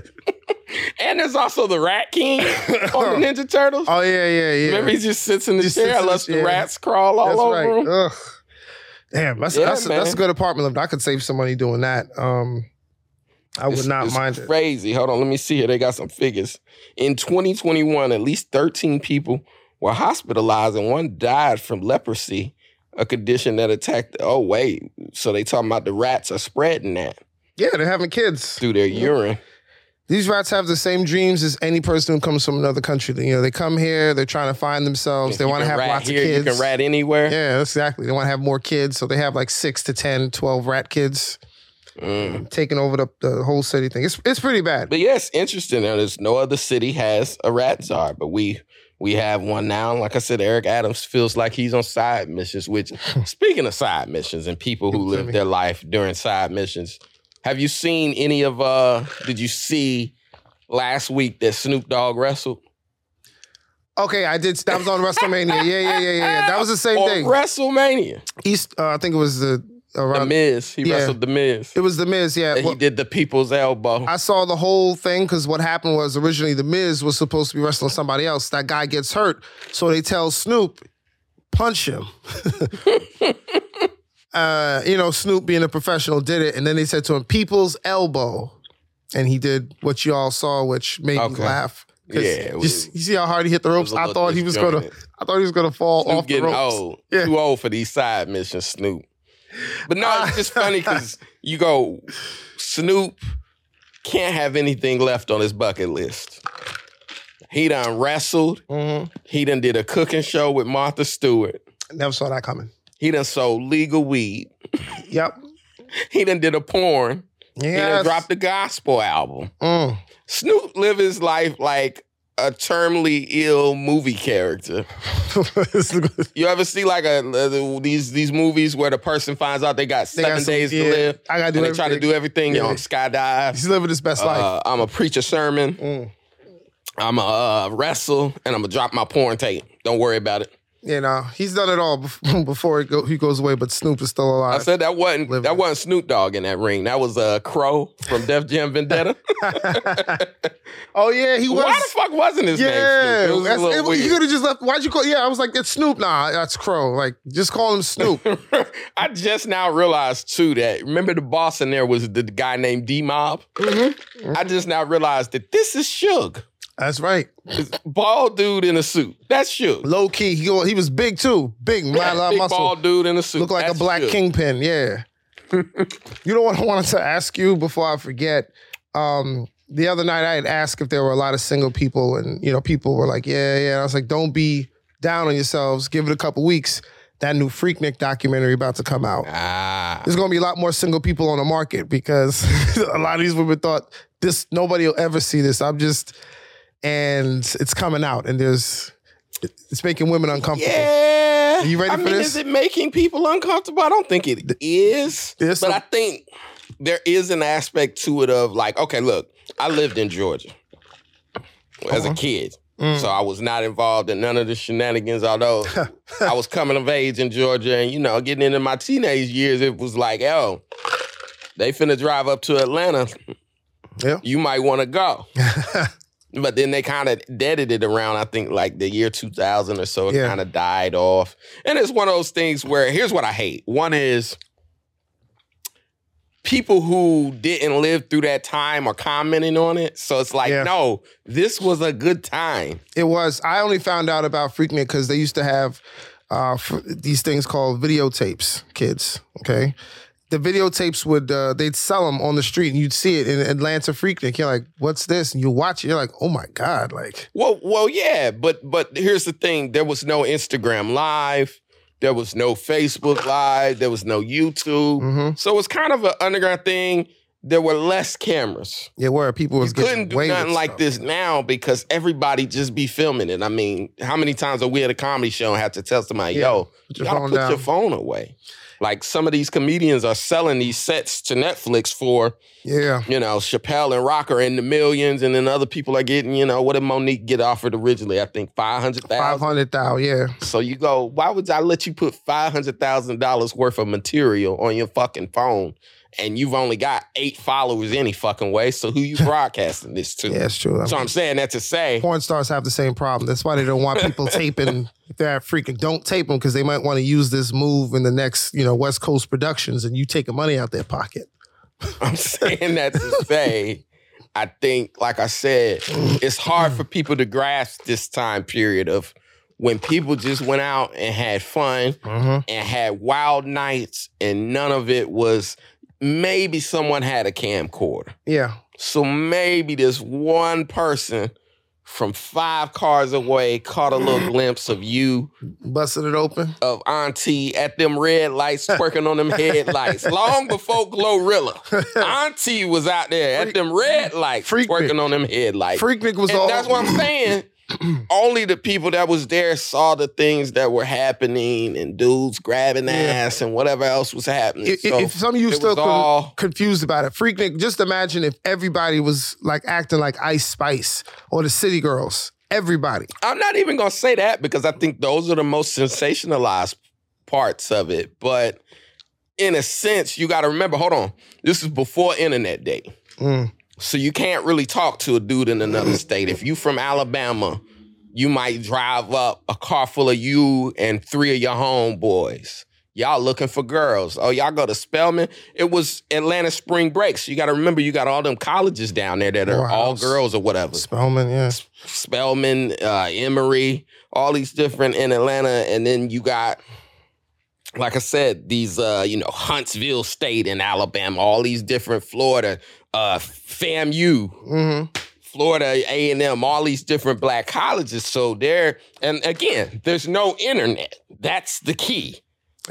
A: and there's also the Rat King on the Ninja Turtles.
B: oh yeah, yeah, yeah.
A: Remember, he just sits in the
B: Just
A: chair,
B: sits in
A: and
B: the
A: lets the
B: chair.
A: rats crawl all
B: that's
A: over
B: right.
A: him.
B: Ugh. Damn, that's
A: Yeah,
B: that's, that's
A: man.
B: a good apartment living. I could save some money doing that. Um, I would
A: It's-
B: not
A: it's
B: mind it.
A: Crazy. Hold on, let me see here. They got some figures. In 2021, at least 13 people were hospitalized and one died from leprosy, a condition that attacked. Oh wait, so they talking about the rats are spreading that
B: Yeah, they're having kids.
A: through their urine.
B: These rats have the same dreams as any person who comes from another country. You know, they come here, they're trying to find themselves, they
A: You
B: want to
A: can
B: have
A: rat
B: lots
A: here,
B: of kids.
A: You can rat anywhere.
B: Yeah, that's exactly. They want to have more kids, so they have like six to 10, 12 rat kids
A: Mm.
B: taking over the, the whole city thing. It's it's pretty bad.
A: But yes, interesting. Now, There's no other city has a rat czar, but we we have one now. Like I said, Eric Adams feels like he's on side missions. Which, speaking of side missions and people who
B: Tell
A: live
B: me.
A: their life during side missions, have you seen any of? uh Did you see last week that Snoop Dogg wrestled
B: Okay, I did. That was on WrestleMania. Yeah, yeah, yeah, yeah. yeah. That was the same
A: or
B: thing.
A: WrestleMania?
B: East. Uh, I think it was the
A: The
B: around.
A: Miz, he
B: yeah.
A: wrestled the Miz.
B: it was the Miz. Yeah.
A: And
B: Well,
A: he did the people's elbow.
B: I saw the whole thing because what happened was originally the Miz was supposed to be wrestling somebody else. That guy gets hurt, so they tell Snoop, punch him. uh, you know, Snoop being a professional did it, and then they said to him, "People's elbow," and he did what you all saw, which made me
A: Okay.
B: laugh. 'Cause
A: Yeah, it
B: you,
A: was-
B: you see how hard he hit the ropes.
A: was a
B: I
A: little
B: thought he was gonna,
A: disjointed.
B: I thought he was gonna fall
A: Snoop
B: off the
A: getting
B: ropes.
A: old.
B: Yeah.
A: Too old for these side missions, Snoop. But no, it's just funny because you go, Snoop can't have anything left on his bucket list. He done wrestled.
B: Mm-hmm.
A: He done did a cooking show with Martha Stewart.
B: Never saw that coming.
A: He done sold legal weed.
B: Yep.
A: He done did a porn. He done
B: Yes.
A: dropped a gospel album.
B: Mm.
A: Snoop live his life like a terminally ill movie character. You ever see like a uh, these these movies where the person finds out they got
B: They
A: seven
B: got some-
A: days
B: yeah,
A: to live
B: I gotta do
A: and they try to
B: everything.
A: do everything? You know,
B: Yeah.
A: skydive.
B: He's living his best life.
A: Uh, I'm a preach a sermon.
B: Mm.
A: I'm a uh, wrestle and I'm gonna drop my porn tape. Don't worry about it. You
B: You know, he's done it all bef- before he, go, he goes away, but Snoop is still
A: I
B: alive.
A: said that wasn't
B: Living
A: that
B: it.
A: wasn't Snoop Dogg in that ring. That was uh, Crow from Def Jam Vendetta.
B: oh, yeah, he was.
A: Why the fuck wasn't his
B: yeah,
A: name? Snoop? It was a
B: that's-
A: little
B: it-
A: weird.
B: you could have just left. Why'd you call? Yeah, I was like, it's Snoop. Nah, that's Crow. Like, just call him Snoop.
A: I just now realized too that remember the boss in there was the guy named D Mob.
B: Mm-hmm.
A: I just now realized that this is Suge,
B: that's right.
A: This bald dude in a suit. That's Suge.
B: Low key, he go, he was big too. Big, my
A: Big
B: muscle.
A: bald dude in a suit.
B: Look like
A: That's
B: a black
A: Suge.
B: kingpin. Yeah. you know what I wanted to ask you before I forget? Um, the other night I had asked if there were a lot of single people, and you know, people were like, "Yeah, yeah." And I was like, "Don't be down on yourselves. Give it a couple weeks." That new Freaknik documentary about to come out.
A: Ah,
B: There's gonna be a lot more single people on the market because a lot of these women thought this nobody will ever see this. I'm just, and it's coming out, and there's it's making women uncomfortable.
A: yeah.
B: Are you ready
A: I
B: for
A: mean,
B: this?
A: Is it making people uncomfortable? I don't think it is,
B: there's
A: but
B: some-
A: I think there is an aspect to it of like, okay, look, I lived in Georgia as a kid.
B: Mm.
A: So I was not involved in none of the shenanigans, although I was coming of age in Georgia and, you know, getting into my teenage years, it was like, oh, they finna drive up to Atlanta.
B: Yeah.
A: You might want to go. But then they kind of deaded it around, I think, like the year 2000 or so. It
B: Yeah.
A: kind of died off. And it's one of those things where here's what I hate one is people who didn't live through that time are commenting on it. So it's like,
B: Yeah.
A: no, this was a good time.
B: It was. I only found out about Freaknik because they used to have uh, f- these things called videotapes, kids. Okay. The videotapes would, uh, they'd sell them on the street and you'd see it in Atlanta Freaknik. You're like, what's this? And you watch it. You're like, oh my God. Like,
A: Well, well, yeah, but but here's the thing: there was no Instagram Live, there was no Facebook Live, there was no YouTube,
B: Mhm.
A: so it's kind of an underground thing. There were less cameras.
B: yeah, where people was
A: You couldn't
B: getting
A: do
B: away with
A: nothing like
B: stuff.
A: this now because everybody just be filming it. I mean, how many times are we at a comedy show and have to tell somebody,
B: Yeah,
A: "Yo,
B: put
A: you
B: your
A: gotta
B: phone
A: put your
B: down."
A: phone away"? Like some of these comedians are selling these sets to Netflix for
B: Yeah.
A: you know, Chappelle and Rock are in the millions, and then other people are getting, you know, what did Monique get offered originally? I think five hundred thousand.
B: 500 thou. Yeah.
A: So you go, why would I let you put five hundred thousand dollars worth of material on your fucking phone, and you've only got eight followers any fucking way? So who you broadcasting this to?
B: Yeah, it's true. I
A: So
B: mean,
A: I'm saying that to say,
B: porn stars have the same problem. That's why they don't want people taping. If they're at Freaknik, don't tape them because they might want to use this move in the next, you know, West Coast productions and you taking money out their pocket.
A: I'm saying that to say. I think, like I said, it's hard for people to grasp this time period of when people just went out and had fun
B: Mm-hmm.
A: and had wild nights, and none of it was maybe someone had a camcorder.
B: Yeah.
A: So maybe this one person from five cars away caught a little glimpse of you
B: Busting it open.
A: of Auntie at them red lights, twerking on them headlights. Long before Glorilla, Auntie was out there at them red lights,
B: Freak me.
A: twerking on them headlights.
B: Freaknik was
A: and
B: all.
A: that's what I'm saying. Only the people that was there saw the things that were happening and dudes grabbing
B: Yeah.
A: ass and whatever else was happening.
B: if,
A: so
B: if some of you
A: it
B: still
A: was
B: con-
A: all-
B: confused about it, Freaknik, just imagine if everybody was like acting like Ice Spice or the City Girls. Everybody.
A: I'm not even gonna say that because I think those are the most sensationalized parts of it. But in a sense, you gotta remember, hold on, this is before internet day.
B: Mm.
A: So you can't really talk to a dude in another state. If you from Alabama, you might drive up a car full of you and three of your homeboys. Y'all looking for girls. Oh, y'all go to Spelman. It was Atlanta spring break. So you gotta remember you got all them colleges down there that are all
B: Morehouse.
A: girls or whatever.
B: Spellman, yeah.
A: Spelman, uh, Emory, all these different in Atlanta, and then you got, like I said, these uh, you know Huntsville State in Alabama, all these different Florida, uh, FAMU,
B: hmm
A: Florida A and M, all these different black colleges. So there, and again, there's no internet. That's the key.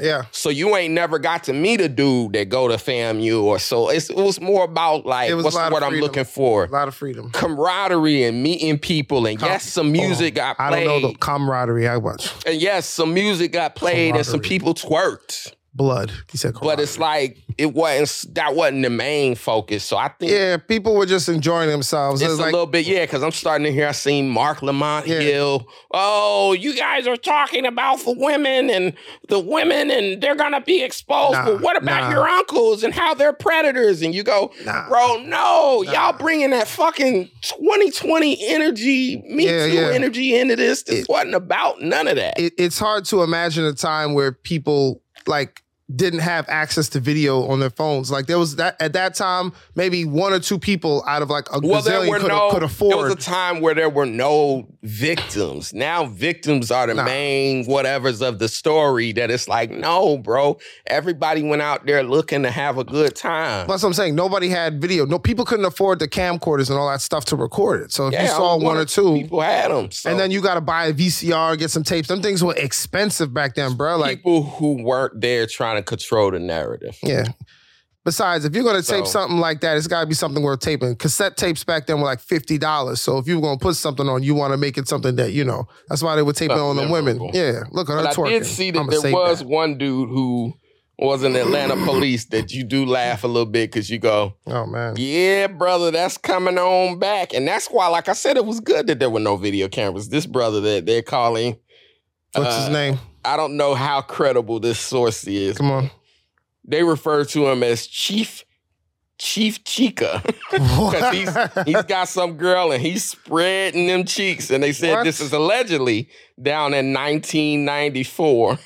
B: Yeah.
A: So you ain't never got to meet a dude that go to FAMU or so. It's, it was more about like
B: It was a
A: what's
B: lot
A: the
B: of
A: word I'm
B: freedom.
A: looking for
B: A lot of freedom.
A: camaraderie and meeting people. And
B: Com-
A: yes, some music got
B: I
A: played.
B: don't know the camaraderie. I watch
A: and yes, some music got played and some
B: Camaraderie.
A: people twerked.
B: blood. He said,
A: But it's like it wasn't that wasn't the main focus. So I think
B: yeah, people were just enjoying themselves. It
A: it's
B: was
A: a
B: like,
A: little bit, yeah, because I'm starting to hear I seen Mark Lamont
B: Yeah.
A: Hill. Oh, you guys are talking about the women and the women and they're gonna be exposed.
B: Nah,
A: but what about
B: nah.
A: your uncles and how they're predators? And you go,
B: Nah.
A: bro, no,
B: Nah.
A: y'all bringing that fucking 2020 energy, me
B: Yeah,
A: too
B: yeah.
A: energy into this. This wasn't about none of that.
B: it, it's hard to imagine a time where people like didn't have access to video on their phones. Like there was that at that time, maybe one or two people out of like a
A: well, there
B: gazillion
A: were
B: could,
A: no.
B: could
A: There was
B: afford.
A: a time where there were no victims. Now victims are the
B: Nah.
A: main whatever's of the story. That it's like, no, bro. Everybody went out there looking to have a good time.
B: That's what I'm saying. Nobody had video. No people couldn't afford the camcorders and all that stuff to record it. So if you
A: Yeah,
B: saw
A: only
B: one or two,
A: people had them. So
B: and then you got to buy a VCR, get some tapes. Them things were expensive back then, bro. Like
A: people who weren't there trying to control the narrative.
B: Yeah. Besides, if you're gonna tape
A: So-
B: something like that, it's gotta be something worth taping. Cassette tapes back then were like fifty dollars. So if you were gonna put something on, you wanna make it something that, you know, that's why they were taping
A: Something
B: on the women.
A: memorable.
B: Yeah. Look at her
A: But I
B: twerking.
A: did see that
B: I'ma
A: there
B: save
A: was
B: that.
A: one dude who was in Atlanta police that you do laugh a little bit because you go,
B: Oh man.
A: Yeah, brother, that's coming on back. And that's why, like I said, it was good that there were no video cameras. This brother that they're calling,
B: What's
A: uh,
B: his name?
A: I don't know how credible this source is.
B: Come on.
A: They refer to him as Chief Chief Chica. Because he's, he's got some girl and he's spreading them cheeks. And they said
B: What?
A: this is allegedly down in 1994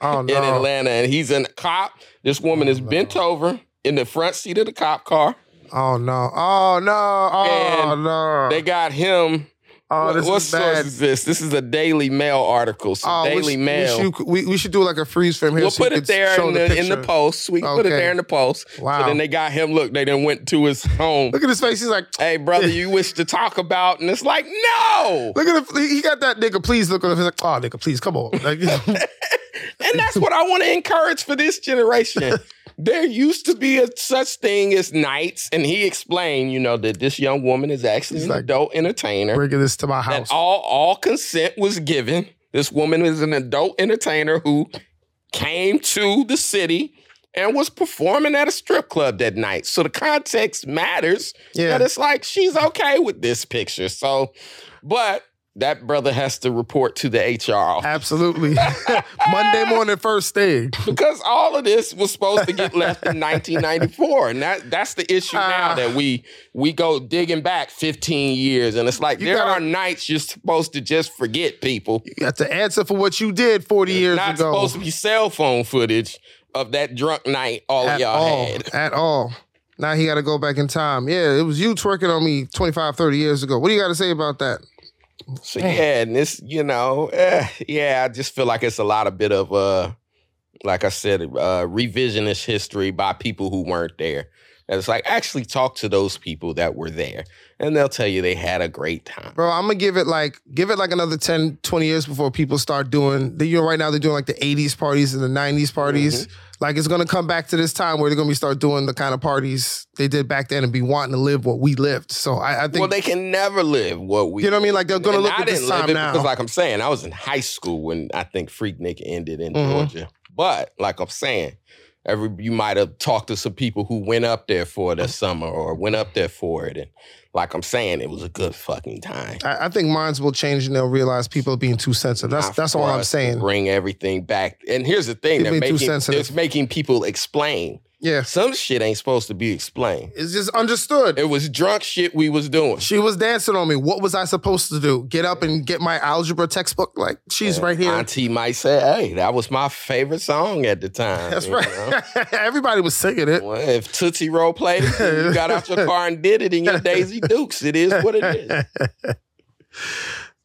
B: oh
A: in
B: no.
A: Atlanta. And he's in cop. This woman is bent over in the front seat of the cop car.
B: Oh no. Oh no. Oh
A: And
B: no.
A: They got him
B: oh,
A: What-
B: this
A: what
B: is bad.
A: source is this? This is a Daily Mail article. So
B: Oh, we
A: Daily
B: should- we
A: Mail.
B: should- We, we should do like a freeze frame here.
A: we'll
B: so you
A: put it
B: could
A: there
B: show
A: in the, in the
B: picture.
A: post. We can put it
B: Okay.
A: there in the post.
B: Wow.
A: So then they got him. Look, they then went to his home.
B: Look at his face. He's like,
A: Hey, brother, you wish to talk about? And it's like, no.
B: Look at him. He got that nigga. Please look at him. He's like, oh, nigga, please come on. Like,
A: And that's what I want to encourage for this generation. There used to be a such thing as nights, and he explained, you know, that this young woman is actually
B: He's
A: an
B: like,
A: adult entertainer.
B: bringing this to my
A: that
B: house.
A: all all consent was given. This woman is an adult entertainer who came to the city and was performing at a strip club that night. So the context matters.
B: Yeah.
A: That it's like she's okay with this picture. So, but that brother has to report to the HR
B: Absolutely. Monday morning, first thing.
A: because all of this was supposed to get left in 1994, and that that's the issue now
B: Ah.
A: that we we go digging back 15 years, and it's like
B: You
A: there
B: gotta-
A: are nights you're supposed to just forget people.
B: You got to answer for what you did 40 years
A: not
B: ago.
A: supposed to be cell phone footage of that drunk night all of
B: at
A: y'all
B: all.
A: had.
B: At all. Now he got to go back in time. Yeah, it was you twerking on me 25, 30 years ago. What do you got to say about that?
A: So yeah, and this, you know, eh, yeah, I just feel like it's a lot of bit of uh like I said, uh revisionist history by people who weren't there. And it's like actually talk to those people that were there, and they'll tell you they had a great time.
B: Bro, I'm gonna give it like give it like another 10, 20 years before people start doing the you know, right now they're doing like the 80s parties and the 90s parties.
A: Mm-hmm.
B: Like it's gonna come back to this time where they're gonna be start doing the kind of parties they did back then and be wanting to live what we lived. So I, I think
A: well, they can never live what we.
B: You know what I mean? Like, they're gonna
A: And
B: look
A: I
B: at this
A: didn't live
B: time
A: it
B: now.
A: because, like I'm saying, I was in high school when I think Freaknik ended in
B: Mhm.
A: Georgia. But like I'm saying, every you might have talked to some people who went up there for the summer or went up there for it, and like I'm saying, it was a good fucking time.
B: I, I think minds will change and they'll realize people are being too sensitive. That's
A: Not
B: that's
A: for
B: all I'm
A: us to
B: saying.
A: Bring everything back. And here's the thing:
B: You're
A: they're
B: being too
A: making,
B: sensitive.
A: it's making people explain.
B: Yeah.
A: Some shit ain't supposed to be explained.
B: It's just understood.
A: It was drunk shit we was doing.
B: She was dancing on me. What was I supposed to do? Get up and get my algebra textbook? Like she's right here.
A: Auntie might say, "Hey, that was my favorite song at the time."
B: That's
A: you know?
B: right. Everybody was singing it.
A: Well, if Tootsie Roll played it, and you got out your car and did it in your Daisy Dukes. It is what it is.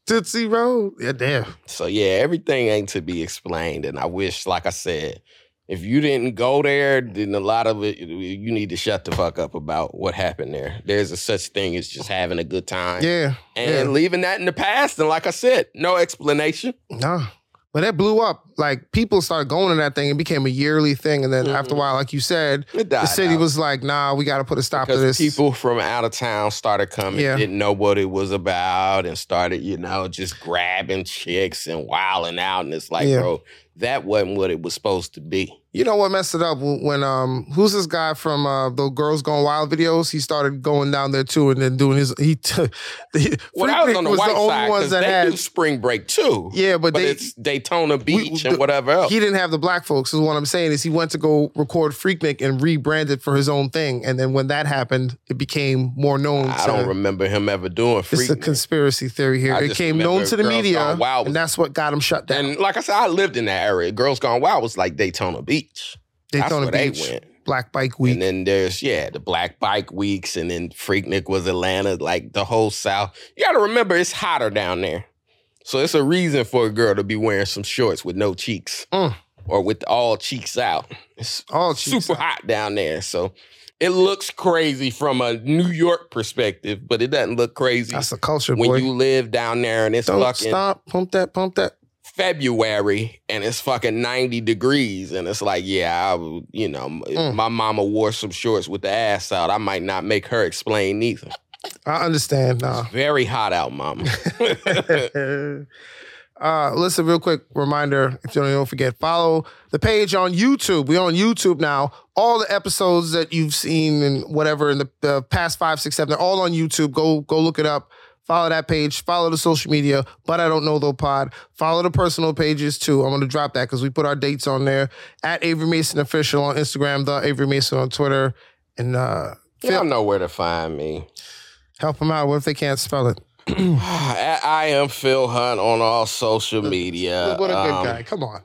B: Tootsie Roll. Yeah, damn.
A: So yeah, everything ain't to be explained. And I wish, like I said, if you didn't go there, then a lot of it you need to shut the fuck up about what happened there. There's a such thing as just having a good time
B: Yeah.
A: and
B: yeah.
A: leaving that in the past. And like I said, no explanation.
B: No. But that blew up. Like people started going to that thing. It became a yearly thing. And then after
A: Mm-hmm.
B: a while, like you said,
A: It
B: the
A: died
B: city
A: out.
B: was like, nah, we gotta put a stop to
A: because
B: this.
A: people from out of town started coming,
B: Yeah.
A: didn't know what it was about, and started, you know, just grabbing chicks and wilding out. And it's like,
B: Yeah.
A: bro, that wasn't what it was supposed to be.
B: You know what messed it up when, when um who's this guy from uh, the Girls Gone Wild videos? He started going down there too, and then doing his he took. the
A: Well, I was
B: Freaknik
A: on the white
B: only
A: side
B: ones
A: 'cause
B: that
A: they
B: had
A: do spring break too.
B: yeah, but,
A: but
B: they
A: it's Daytona Beach
B: the-
A: and whatever else.
B: he didn't have the black folks. Is what I'm saying is he went to go record Freaknik and rebrand it for his own thing, and then when that happened, it became more known.
A: I
B: to-
A: don't remember him ever doing
B: It's a
A: freak.
B: conspiracy theory here.
A: I
B: it
A: just
B: came known
A: remember
B: to the
A: Girls
B: media,
A: Gone Wild was-
B: and that's what got him shut down.
A: and like I said, I lived in that area. Girls Gone Wild was like Daytona Beach. that's
B: Daytona
A: where they
B: Beach,
A: went.
B: Black Bike Week.
A: And then there's yeah, the Black Bike Weeks, and then Freaknik was Atlanta, like the whole South. You got to remember, it's hotter down there, so it's a reason for a girl to be wearing some shorts with no cheeks
B: Mm.
A: or with all cheeks out. It's
B: All cheeks
A: super hot down there, so it looks crazy from a New York perspective, but it doesn't look crazy
B: That's the culture,
A: when
B: boy.
A: you live down there and it's
B: don't
A: fucking
B: stop, pump that, pump that.
A: February and it's fucking 90 degrees and it's like, yeah, I, would- you know, m- if
B: Mm.
A: my mama wore some shorts with the ass out. I might not make her explain either.
B: I understand. Nah.
A: Very hot out, mama.
B: uh, listen, real quick reminder if you don't, don't forget, follow the page on YouTube. We're on YouTube now. All the episodes that you've seen and whatever in the, the past five, six, seven, they're all on YouTube. Go go look it up. Follow that page. Follow the social media. But I don't know though pod. Follow the personal pages too. I'm gonna drop that because we put our dates on there. At Avery Mason official on Instagram, the Avery Mason on Twitter, and uh,
A: Y'all know where to find me.
B: help them out. What if they can't spell it?
A: I, I am Phil Hunt on all social media.
B: what a good
A: Um,
B: guy. Come on,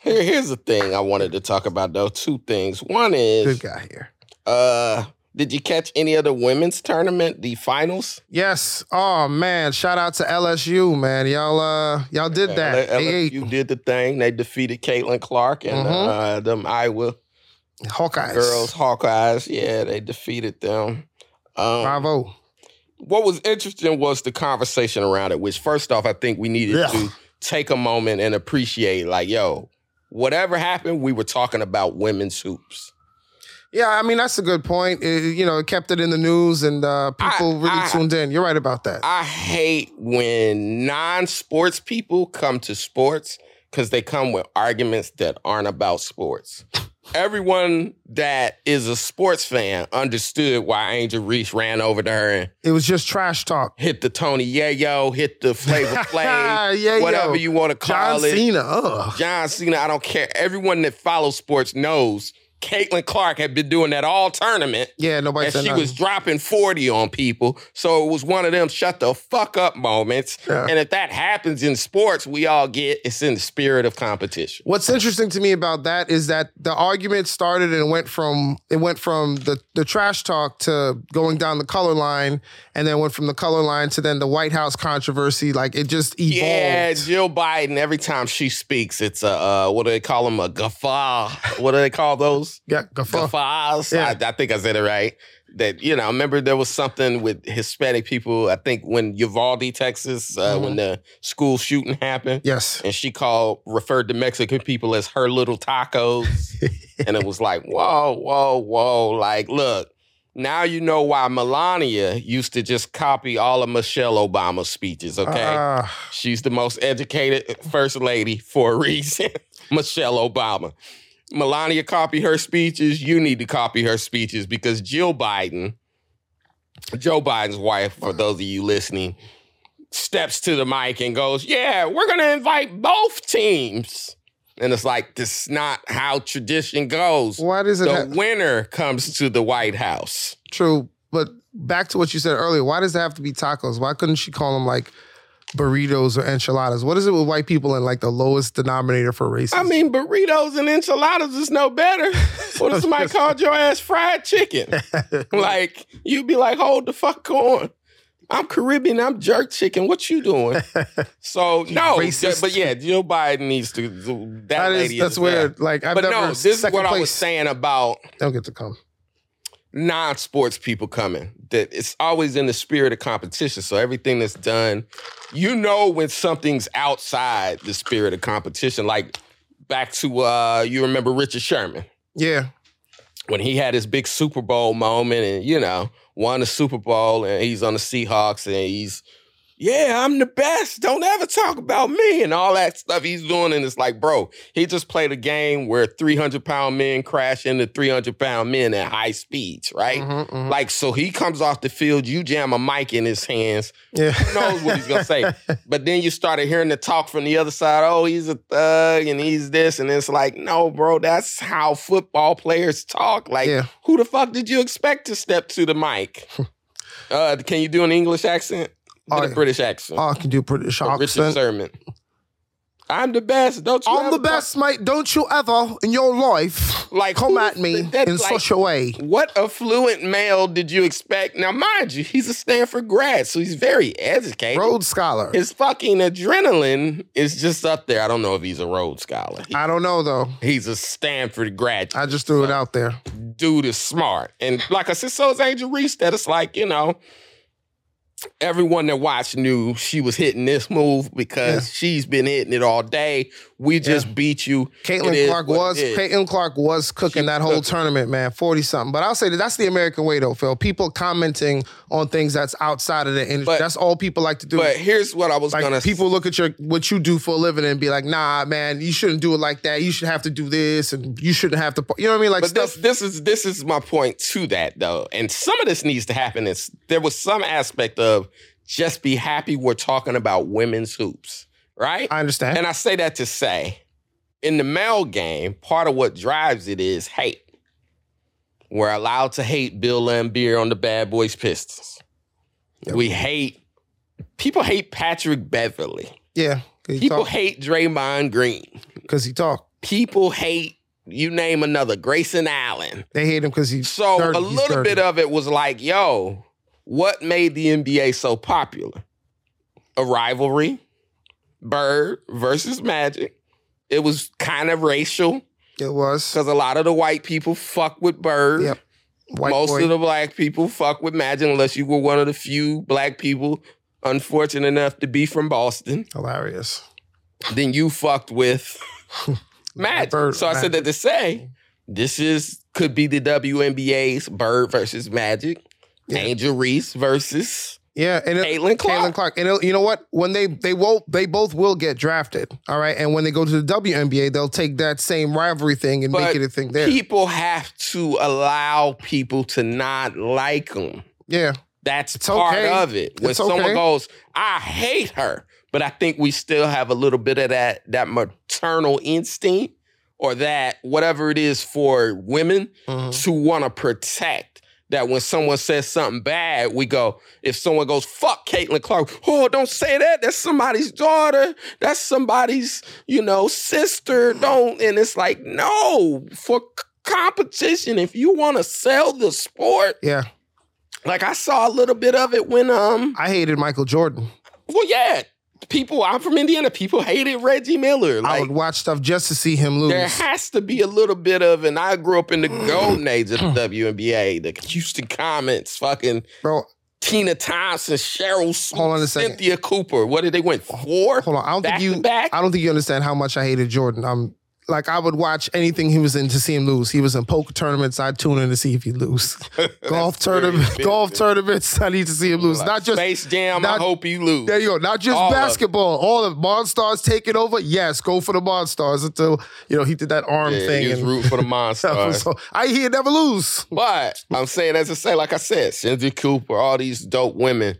A: here- here's the thing I wanted to talk about though. Two things. One
B: good
A: is,
B: guy here.
A: uh, did you catch any of the women's tournament, the finals?
B: Yes. Oh man. Shout out to LSU, man. Y'all uh y'all did that.
A: L-
B: They ate
A: LSU did the thing. They defeated Caitlin Clark and
B: Mhm.
A: uh, them Iowa
B: Hawkeyes.
A: girls, Hawkeyes. Yeah, they defeated them. Um,
B: Bravo.
A: what was interesting was the conversation around it, which, first off, I think we needed
B: Yeah.
A: to take a moment and appreciate, like, yo, whatever happened, we were talking about women's hoops.
B: Yeah, I mean that's a good point. It- you know, it kept it in the news and uh people
A: I-
B: really
A: I-
B: tuned in. You're right about that.
A: I hate when non sports people come to sports because they come with arguments that aren't about sports. Everyone that is a sports fan understood why Angel Reese ran over to her and
B: it was just trash talk.
A: hit the Tony Yayo, hit the Flavor Flav,
B: Yeah,
A: whatever
B: yo.
A: you want to
B: John
A: call it.
B: Cena. Ugh.
A: John Cena, I don't care. Everyone that follows sports knows Caitlin Clark had been doing that all tournament
B: Yeah, nobody
A: and
B: said
A: she
B: nothing.
A: was dropping 40 on people. So it was one of them shut the fuck up moments.
B: Yeah.
A: And if that happens in sports, we all get it's in the spirit of competition.
B: What's interesting to me about that is that the argument started and went from it went from the, the trash talk to going down the color line, and then went from the color line to then the White House controversy. Like it just evolved.
A: Yeah, Jill Biden, every time she speaks, it's a, uh, what do they call them? A guffaw. What do they call those? Gafas.
B: Yeah, guffaw.
A: Gafas.
B: Yeah.
A: I, I think I said it right. That you know, I remember there was something with Hispanic people. I think when Uvalde, Texas, uh,
B: Mhm.
A: when the school shooting happened,
B: Yes.
A: and she called referred to Mexican people as her little tacos, and it was like, whoa, whoa, whoa! Like, look, now you know why Melania used to just copy all of Michelle Obama's speeches. Okay,
B: Uh,
A: She's the most educated first lady for a reason. Michelle Obama. Melania copied her speeches. You need to copy her speeches because Jill Biden, Joe Biden's wife, for those of you listening, steps to the mic and goes, Yeah, we're going to invite both teams. And it's like, this is not how tradition goes.
B: why does it
A: The
B: have,
A: winner comes to the White House.
B: true? But back to what you said earlier. Why does it have to be tacos? Why couldn't she call them like burritos or enchiladas? What is it with white people and like the lowest denominator for racism?
A: I mean, burritos and enchiladas is no better. What if somebody called your ass fried chicken? Like, you'd be like, hold the fuck on. I'm Caribbean, I'm jerk chicken. What you doing? So, no.
B: racist.
A: But yeah, Joe Biden needs to. That,
B: that
A: lady
B: is that's
A: is there.
B: weird. Like I've
A: But
B: never
A: no, this is
B: second
A: what
B: place.
A: I was saying about
B: They Don't get to come.
A: non sports people coming. That it's always in the spirit of competition. So everything that's done, you know when something's outside the spirit of competition. Like back to uh you remember Richard Sherman
B: Yeah.
A: when he had his big Super Bowl moment and you know, won the Super Bowl and he's on the Seahawks and he's yeah, I'm the best. Don't ever talk about me and all that stuff he's doing. And it's like, bro, he just played a game where 300 pound men crash into 300 pound men at high speeds, right?
B: Mhm, mhm.
A: Like, so he comes off the field, you jam a mic in his hands.
B: Yeah.
A: Who knows what he's gonna say? But then you started hearing the talk from the other side. Oh, he's a thug and he's this, and it's like, no, bro, that's how football players talk. Like,
B: Yeah.
A: who the fuck did you expect to step to the mic? uh, can you do an English accent? Did
B: Oh,
A: a
B: yeah.
A: British accent.
B: Oh, I can do British
A: A Richard
B: accent.
A: Sermon. I'm the best. Don't you?
B: I'm
A: ever
B: the best, mate. Don't you ever in your life
A: talk- Like
B: come
A: who
B: at
A: the-
B: me in
A: that's like-
B: such a way.
A: What affluent male did you expect? Now, mind you, he's a Stanford grad, so he's very educated.
B: Rhodes Scholar.
A: His fucking adrenaline is just up there. I don't know if he's a Rhodes Scholar. He-
B: I don't know though.
A: he's a Stanford grad.
B: I just threw it out there.
A: Dude is smart. And like I said, so is Angel Reese that it's like, you know, everyone that watched knew she was hitting this move because she's been hitting it all day. We just beat you. It
B: Caitlin
A: is
B: Clark
A: what it
B: was
A: is.
B: Caitlin Clark was cooking
A: She
B: that
A: was
B: whole
A: cooking.
B: tournament, man, forty something. But I'll say that that's the American way, though, Phil. People commenting on things that's outside of the industry.
A: But-
B: that's all people like to do.
A: But here's what I was
B: like
A: gonna
B: people look at your what you do for a living and be like, nah, man, you shouldn't do it like that. You should have to do this, and you shouldn't have to. par-" You know what I mean? Like
A: but
B: stuff.
A: this this is this is my point to that though, and some of this needs to happen. Is there was some aspect of just be happy we're talking about women's hoops, right?
B: I understand.
A: And I say that to say, in the male game, part of what drives it is hate. We're allowed to hate Bill Lambier on the Bad Boys Pistons. We hate people hate Patrick Beverly.
B: yeah, because he
A: People
B: talk.
A: hate Draymond Green.
B: 'cause he talk.
A: People hate you name another Grayson Allen.
B: They hate him because he's
A: So
B: dirty.
A: a
B: He's
A: little
B: dirty.
A: bit of it was like, yo, what made the NBA so popular? A rivalry, Bird versus Magic. It was kind of racial
B: it was
A: because a lot of the white people fuck with Bird.
B: Yep. white
A: Most
B: boy.
A: of the black people fuck with Magic unless you were one of the few black people unfortunate enough to be from Boston.
B: hilarious.
A: Then you fucked with Magic.
B: Bird,
A: so I said that to say this is could be the WNBA's Bird versus Magic,
B: Yeah.
A: Angel Reese versus
B: Yeah, and it,
A: Caitlin Clark.
B: Caitlin Clark. And it'll- you know what? When they they will they both will get drafted. All right, and when they go to the WNBA, they'll take that same rivalry thing and
A: But
B: make it a thing there.
A: People have to allow people to not like them.
B: yeah,
A: That's
B: It's
A: part
B: okay.
A: of it. When
B: It's
A: someone
B: okay.
A: goes, I hate her, but I think we still have a little bit of that that maternal instinct or that whatever it is for women
B: Mhm.
A: to want to protect. That when someone says something bad, we go, if someone goes, fuck Caitlyn Clark, oh, don't say that. That's somebody's daughter. That's somebody's, you know, sister. Don't. And it's like, no, for c- competition, if you want to sell the sport,
B: yeah.
A: like I saw a little bit of it when, um,
B: I hated Michael Jordan.
A: well, yeah, people, I'm from Indiana. People hated Reggie Miller.
B: I
A: Like
B: would watch stuff just to see him lose.
A: there has to be a little bit of, and I grew up in the golden age of the WNBA, the Houston Comets, fucking
B: Bro,
A: Tina Thompson, Cheryl Smith,
B: Hold on a second.
A: Cynthia Cooper. What did they win? Four?
B: hold on. I don't
A: back
B: think you
A: to back?
B: I don't think you understand how much I hated Jordan. Um like I would watch anything he was in to see him lose. He was in poker tournaments. I'd tune in to see if he lose. golf tournament,
A: serious
B: golf
A: business.
B: tournaments. I need to see him lose.
A: Like,
B: not just
A: Space Jam.
B: not-
A: I hope you lose.
B: there you go. Not just
A: All of it.
B: basketball. All of Monstars taking over. Yes, go for the Monstars until you know he did that arm
A: Yeah,
B: thing.
A: you was
B: and-
A: root for the monster.
B: that was so- I hear never lose.
A: But I'm saying, as I say, like I said, Cindy Cooper, all these dope women,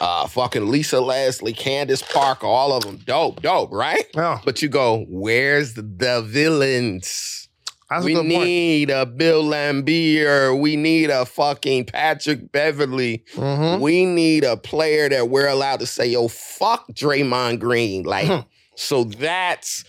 A: uh, fucking Lisa Leslie, Candace Parker, all of them, dope, dope, right?
B: Yeah,
A: But you go, where's the villains?
B: that's
A: we
B: a good
A: need a Bill Lambier. We need a fucking Patrick Beverly.
B: point. Mhm.
A: We need a player that we're allowed to say, yo, fuck Draymond Green.
B: Hmm.
A: Like, so that's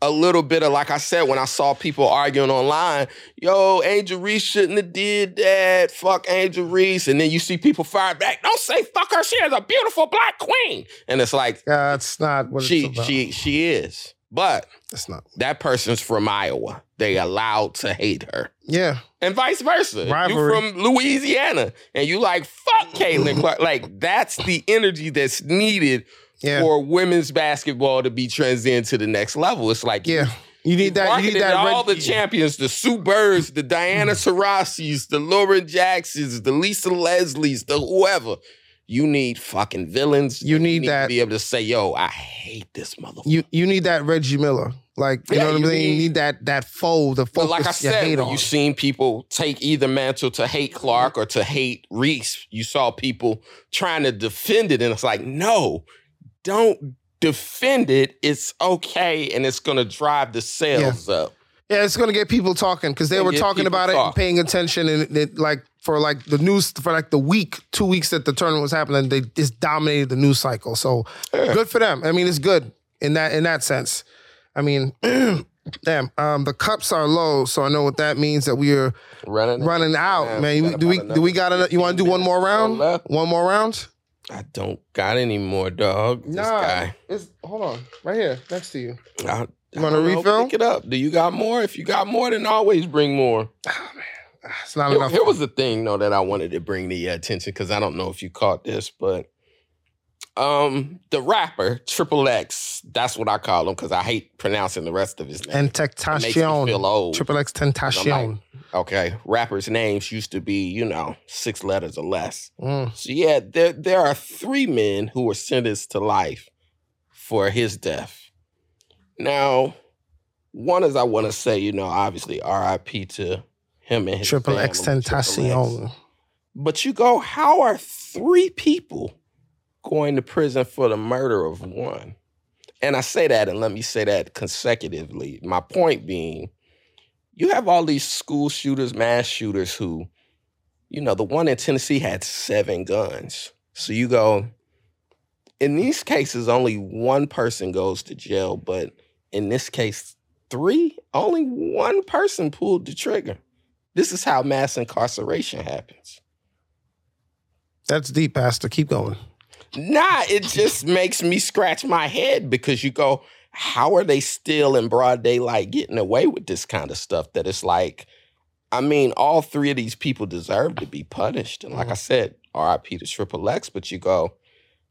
A: a little bit of like I said when I saw people arguing online, yo, Angel Reese shouldn't have did that. Fuck Angel Reese. And then you see people fire back, don't say fuck her. She is a beautiful black queen. And it's like,
B: That's not what
A: she
B: it's about.
A: she she is. But
B: That's not.
A: that person's from Iowa. They allowed to hate her.
B: Yeah,
A: And vice versa.
B: Rivalry.
A: You from Louisiana and you like fuck Caitlin Clark. Like that's the energy that's needed
B: yeah,
A: for women's basketball to be transcended to the next level. It's like
B: yeah. You need that. You
A: marketed
B: need that. Mm.
A: all
B: red-
A: the champions, the Sue Birds, the Diana Sarasis, the Lauren Jacksons, the Lisa Leslies, the whoever. You need fucking villains.
B: You need
A: to
B: that-
A: be able to say, yo, I hate this motherfucker.
B: you you need that Reggie Miller. Like you
A: Yeah,
B: know what
A: you
B: I mean? You
A: need-
B: need that that foe, the
A: But
B: focus
A: like I
B: you hate
A: said, when
B: on.
A: you seen people take either mantle to hate Clark or to hate Reese. You saw people trying to defend it, and it's like, no, don't defend it. It's okay, and it's gonna drive the sales up.
B: yeah, it's gonna get people talking because they
A: Gonna
B: were
A: get
B: talking
A: people
B: about it, and
A: talking.
B: paying attention, and it, like for like the news for like the week, two weeks that the tournament was happening, they just dominated the news cycle. So
A: Yeah.
B: good for them. I mean, it's good in that in that sense. I mean, damn, um, the cups are low, so I know what that means that we are
A: Running,
B: running out,
A: Yeah, we
B: man. You-
A: got
B: Do we
A: about
B: do we
A: another
B: got enough? You want to do one more
A: 15
B: round?
A: minutes left.
B: One more round?
A: I don't got any more, dog. This
B: Nah.
A: guy.
B: It's hold on, right here next to you.
A: I,
B: You
A: I
B: wanna
A: don't know,
B: refill?
A: Pick it up. Do you got more? If you got more, then always bring more.
B: Ah, It's not
A: Here,
B: enough.
A: here was the thing though that I wanted to bring to your attention because I don't know if you caught this, but um, the rapper Triple X, that's what I call him because I hate pronouncing the rest of his name.
B: and
A: It makes me feel
B: Tectacion.
A: old.
B: Triple X Tentacion.
A: okay, rappers' names used to be you know six letters or less.
B: Mm.
A: So yeah, there there are three men who were sentenced to life for his death. Now, one is I want to say you know obviously R.I.P. to him and his
B: Triple X
A: family, Triple X.
B: Tentacion.
A: But you go, how are three people going to prison for the murder of one? And I say that, and let me say that consecutively. My point being, you have all these school shooters, mass shooters who, you know, the one in Tennessee had seven guns. So you go, in these cases, only one person goes to jail, but in this case, three, only one person pulled the trigger. This is how mass incarceration happens.
B: That's deep, Pastor. Keep going.
A: Nah, it just makes me scratch my head because you go, how are they still in broad daylight getting away with this kind of stuff? That it's like, I mean, all three of these people deserve to be punished. And
B: Mm-hmm.
A: like I said, RIP to Triple X, but you go,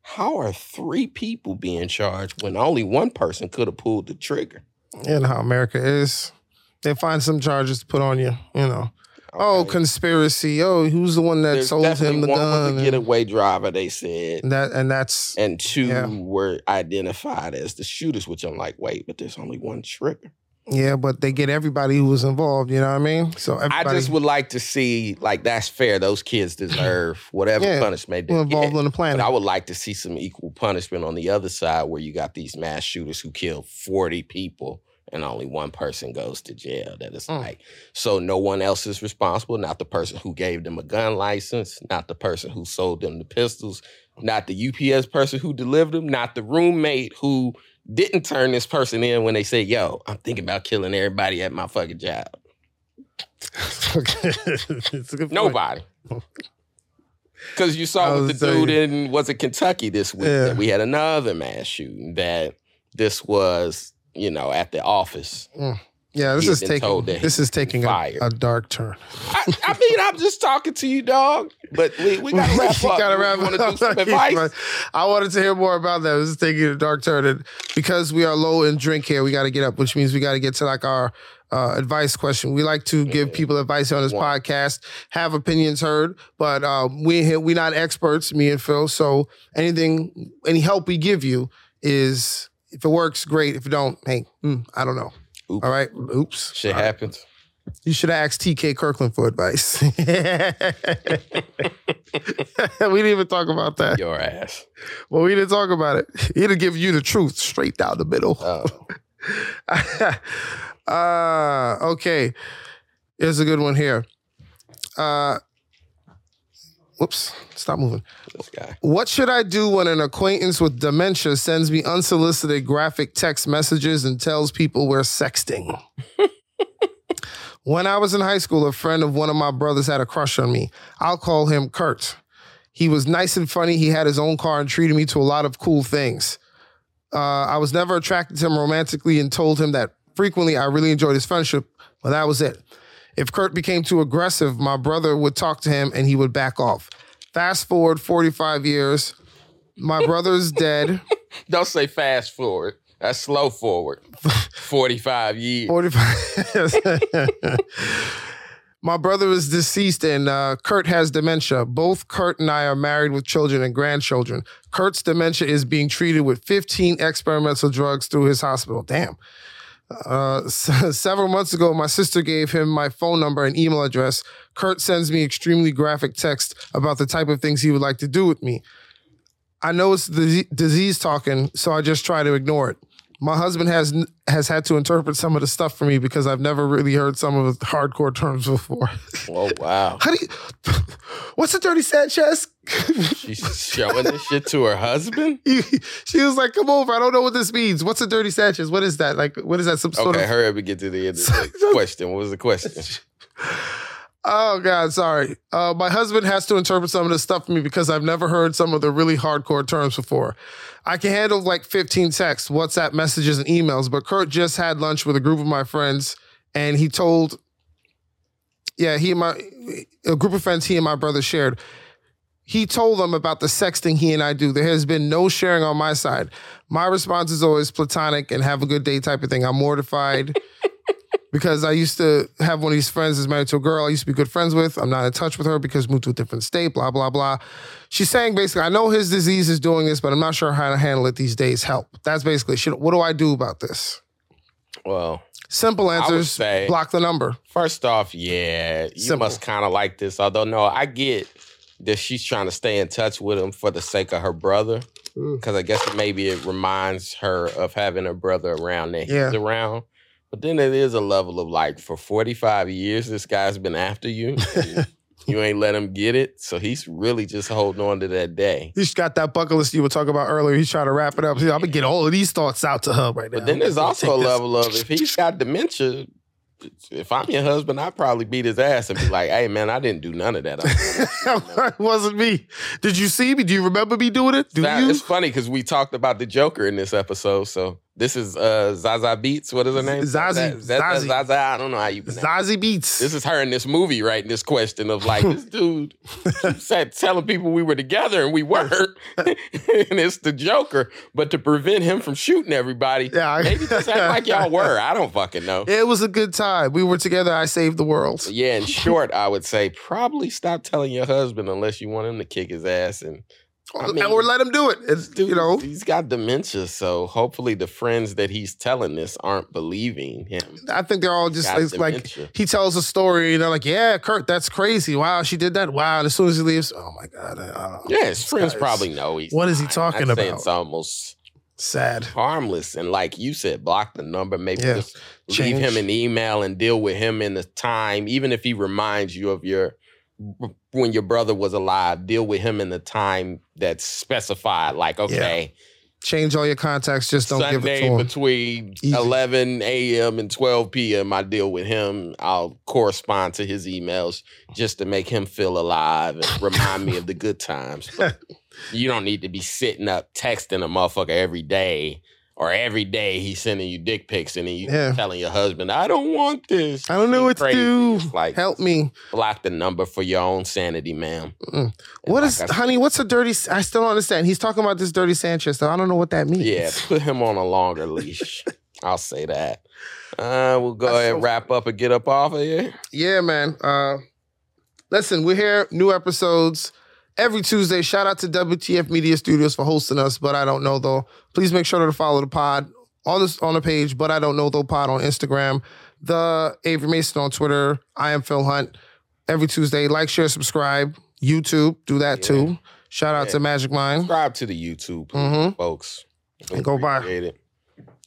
A: how are three people being charged when only one person could have pulled the trigger?
B: You know how America is. They find some charges to put on you. You know. Oh,
A: Okay.
B: conspiracy. Oh, who's the one that
A: There's
B: sold him
A: definitely
B: the
A: one
B: gun?
A: was a getaway driver, they said.
B: and that and that's
A: And two
B: Yeah.
A: were identified as the shooters, which I'm like, wait, but there's only one trigger.
B: yeah. But they get everybody who was involved. You know what I mean? So everybody
A: I just would like to see like that's fair. Those kids deserve whatever
B: Yeah,
A: punishment they
B: who involved
A: get.
B: on the
A: But
B: planet.
A: I would like to see some equal punishment on the other side, where you got these mass shooters who kill forty people and only one person goes to jail. That is
B: Mm.
A: like so no one else is responsible. Not the person who gave them a gun license. Not the person who sold them the pistols. Not the UPS person who delivered them. Not the roommate who didn't turn this person in when they said, "Yo, I'm thinking about killing everybody at my fucking job."
B: it's a good point.
A: Nobody. Because you saw
B: I
A: what the
B: was saying.
A: dude in was it Kentucky this week
B: Yeah.
A: that we had another mass shooting that this was, you know, at the office.
B: Yeah, this
A: He's
B: is
A: been
B: taking
A: told that
B: this is taking a,
A: fired.
B: a dark turn.
A: I, I mean, I'm just talking to you, dog. But we, we gotta wrap up.
B: gotta wrap
A: you wanna
B: it up.
A: do some advice?
B: I wanted to hear more about that. This is taking a dark turn, and because we are low in drink here, we got to get up, which means we got to get to like our uh, advice question. We like to give people advice on this
A: Wow.
B: podcast, have opinions heard, but um, we ain't- we not experts, me and Phil. So anything, any help we give you is if it works, great. If it don't, hey, mm, I don't know.
A: Oops.
B: All right, oops.
A: Shit
B: All right.
A: happens.
B: You should have asked TK Kirkland for advice. we didn't even talk about that.
A: Your ass.
B: Well, we didn't talk about it. He'd give you the truth straight down the middle.
A: Oh.
B: uh, okay. Here's a good one here. Uh, whoops, stop moving.
A: this guy.
B: What should I do when an acquaintance with dementia sends me unsolicited graphic text messages and tells people we're sexting? when I was in high school, a friend of one of my brothers had a crush on me. I'll call him Kurt. He was nice and funny. He had his own car and treated me to a lot of cool things. Uh, I was never attracted to him romantically and told him that frequently I really enjoyed his friendship, but that was it. If Kurt became too aggressive, my brother would talk to him and he would back off. Fast forward 45 years, my brother's dead.
A: Don't say fast forward. That's slow forward. 45 years.
B: 45. my brother is deceased and uh, Kurt has dementia. Both Kurt and I are married with children and grandchildren. Kurt's dementia is being treated with 15 experimental drugs through his hospital. Damn. Uh, s- several months ago, my sister gave him my phone number and email address. Kurt sends me extremely graphic text about the type of things he would like to do with me. I know it's the disease talking, so I just try to ignore it. My husband has has had to interpret some of the stuff for me because I've never really heard some of the hardcore terms before.
A: Oh, wow.
B: How do you? What's a dirty Sanchez?
A: She's showing this shit to her husband?
B: she was like, "Come over. I don't know what this means. What's a dirty Sanchez? What is that? Like, what is that? Some sort
A: Okay,
B: of?
A: hurry up and get to the end of the question. What was the question?
B: Oh God, sorry. Uh, my husband has to interpret some of this stuff for me because I've never heard some of the really hardcore terms before. I can handle like 15 texts, WhatsApp messages, and emails, but Kurt just had lunch with a group of my friends, and he told, yeah, he and my a group of friends he and my brother shared. He told them about the sexting he and I do. There has been no sharing on my side. My response is always platonic and have a good day type of thing. I'm mortified because I used to have one of these friends is married to a girl I used to be good friends with. I'm not in touch with her because moved to a different state, blah, blah, blah. She's saying basically, I know his disease is doing this, but I'm not sure how to handle it these days. Help. That's basically shit. What do I do about this?
A: Well,
B: Simple
A: I would
B: answers.
A: say,
B: block the number.
A: first off, yeah, you
B: Simple.
A: must kind of like this. Although, no, I get that she's trying to stay in touch with him for the sake of her brother.
B: Mm.
A: Because I guess maybe it reminds her of having her brother around that
B: Yeah.
A: he's around. But then it is a level of like, for 45 years, this guy's been after you. and you ain't let him get it. So he's really just holding on to that day.
B: He's got that bucket list you were talking about earlier. He's trying to wrap it up. I'm gonna get all of these thoughts out to her right now.
A: But then there's
B: I'm
A: also
B: gonna
A: a
B: take this.
A: level of if he's got dementia, if I'm your husband, I'd probably beat his ass and be like, hey, man, I didn't do none of that.
B: it wasn't me. Did you see me? Do you remember me doing it? Do
A: That-
B: you?
A: It's funny because we talked about the Joker in this episode. So this is uh, Zaza Beats. What is her name?
B: Zazie.
A: That- that's-
B: Zazie.
A: Zaza. I don't know how you pronounce it.
B: Zazie Beats.
A: This is her in this movie, right? In this question of like, this dude said telling people we were together and we weren't, and it's the Joker. But to prevent him from shooting everybody,
B: Yeah, I-
A: maybe just act like y'all were. I don't fucking know.
B: It was a good time. We were together. I saved the world.
A: Yeah, in short, I would say probably stop telling your husband unless you want him to kick his ass and I mean-
B: or let him do it. It's,
A: Dude,
B: you know,
A: he's got dementia, so hopefully the friends that he's telling this aren't believing him.
B: I think they're all just
A: got
B: it's like
A: dementia.
B: he tells a story and they're like, "Yeah, Kurt, that's crazy. Wow, she did that. Wow." And as soon as he leaves, oh my god, I don't know.
A: Yeah, his friends
B: guy is-
A: probably know he's.
B: What is he
A: lying.
B: talking
A: I'd say
B: about?
A: It's almost
B: sad.
A: harmless, and like you said, block the number. Maybe
B: Yeah.
A: just leave
B: Change.
A: him an email and deal with him in the time, even if he reminds you of your when your brother was alive. Deal with him in the time that's specified. Like, okay,
B: Change all your contacts. Just don't
A: Sunday
B: give it to him.
A: between
B: Easy.
A: 11 a.m. and 12 p.m. I deal with him. I'll correspond to his emails just to make him feel alive and remind me of the good times. But you don't need to be sitting up texting a motherfucker every day or every day he's sending you dick pics and then you
B: Yeah.
A: telling your husband, "I don't want this.
B: I don't know
A: You
B: what
A: crazy.
B: to do.
A: Like
B: Help me.
A: block the number for your own sanity, ma'am."
B: Mm.
A: And
B: What
A: like
B: is,
A: I said,
B: honey? What's a dirty? I still don't understand. He's talking about this dirty Sanchez. Though I don't know what that means.
A: Yeah, put him on a longer leash. I'll say that. Uh, we'll go
B: That's
A: ahead
B: so
A: and wrap up and get up off of here.
B: Yeah, man. Uh, listen, we're here. New episodes every Tuesday. Shout out to WTF Media Studios for hosting us. But I don't know though. Please make sure to follow the pod on this on the page. But I don't know though pod on Instagram. The Avery Mason on Twitter. I am Phil Hunt. Every Tuesday, like, share, subscribe. YouTube, do that
A: Yeah.
B: too. Shout out
A: Yeah.
B: to Magic Mind.
A: Subscribe to the YouTube, please,
B: Mhm.
A: folks.
B: And go buy-
A: Appreciate it.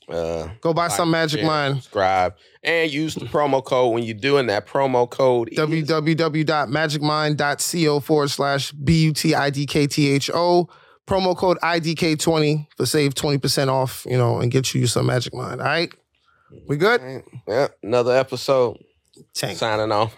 A: Uh,
B: Go buy some
A: like,
B: Magic
A: share,
B: Mind.
A: Subscribe and use the promo code when you're doing that. Promo code is-
B: www.magicmind.co forward slash B U T I D K T H O. Promo code IDK20 for save 20% off, you know, and get you some Magic Mind. All right? We good?
A: Yep, another episode.
B: Tank.
A: Signing off.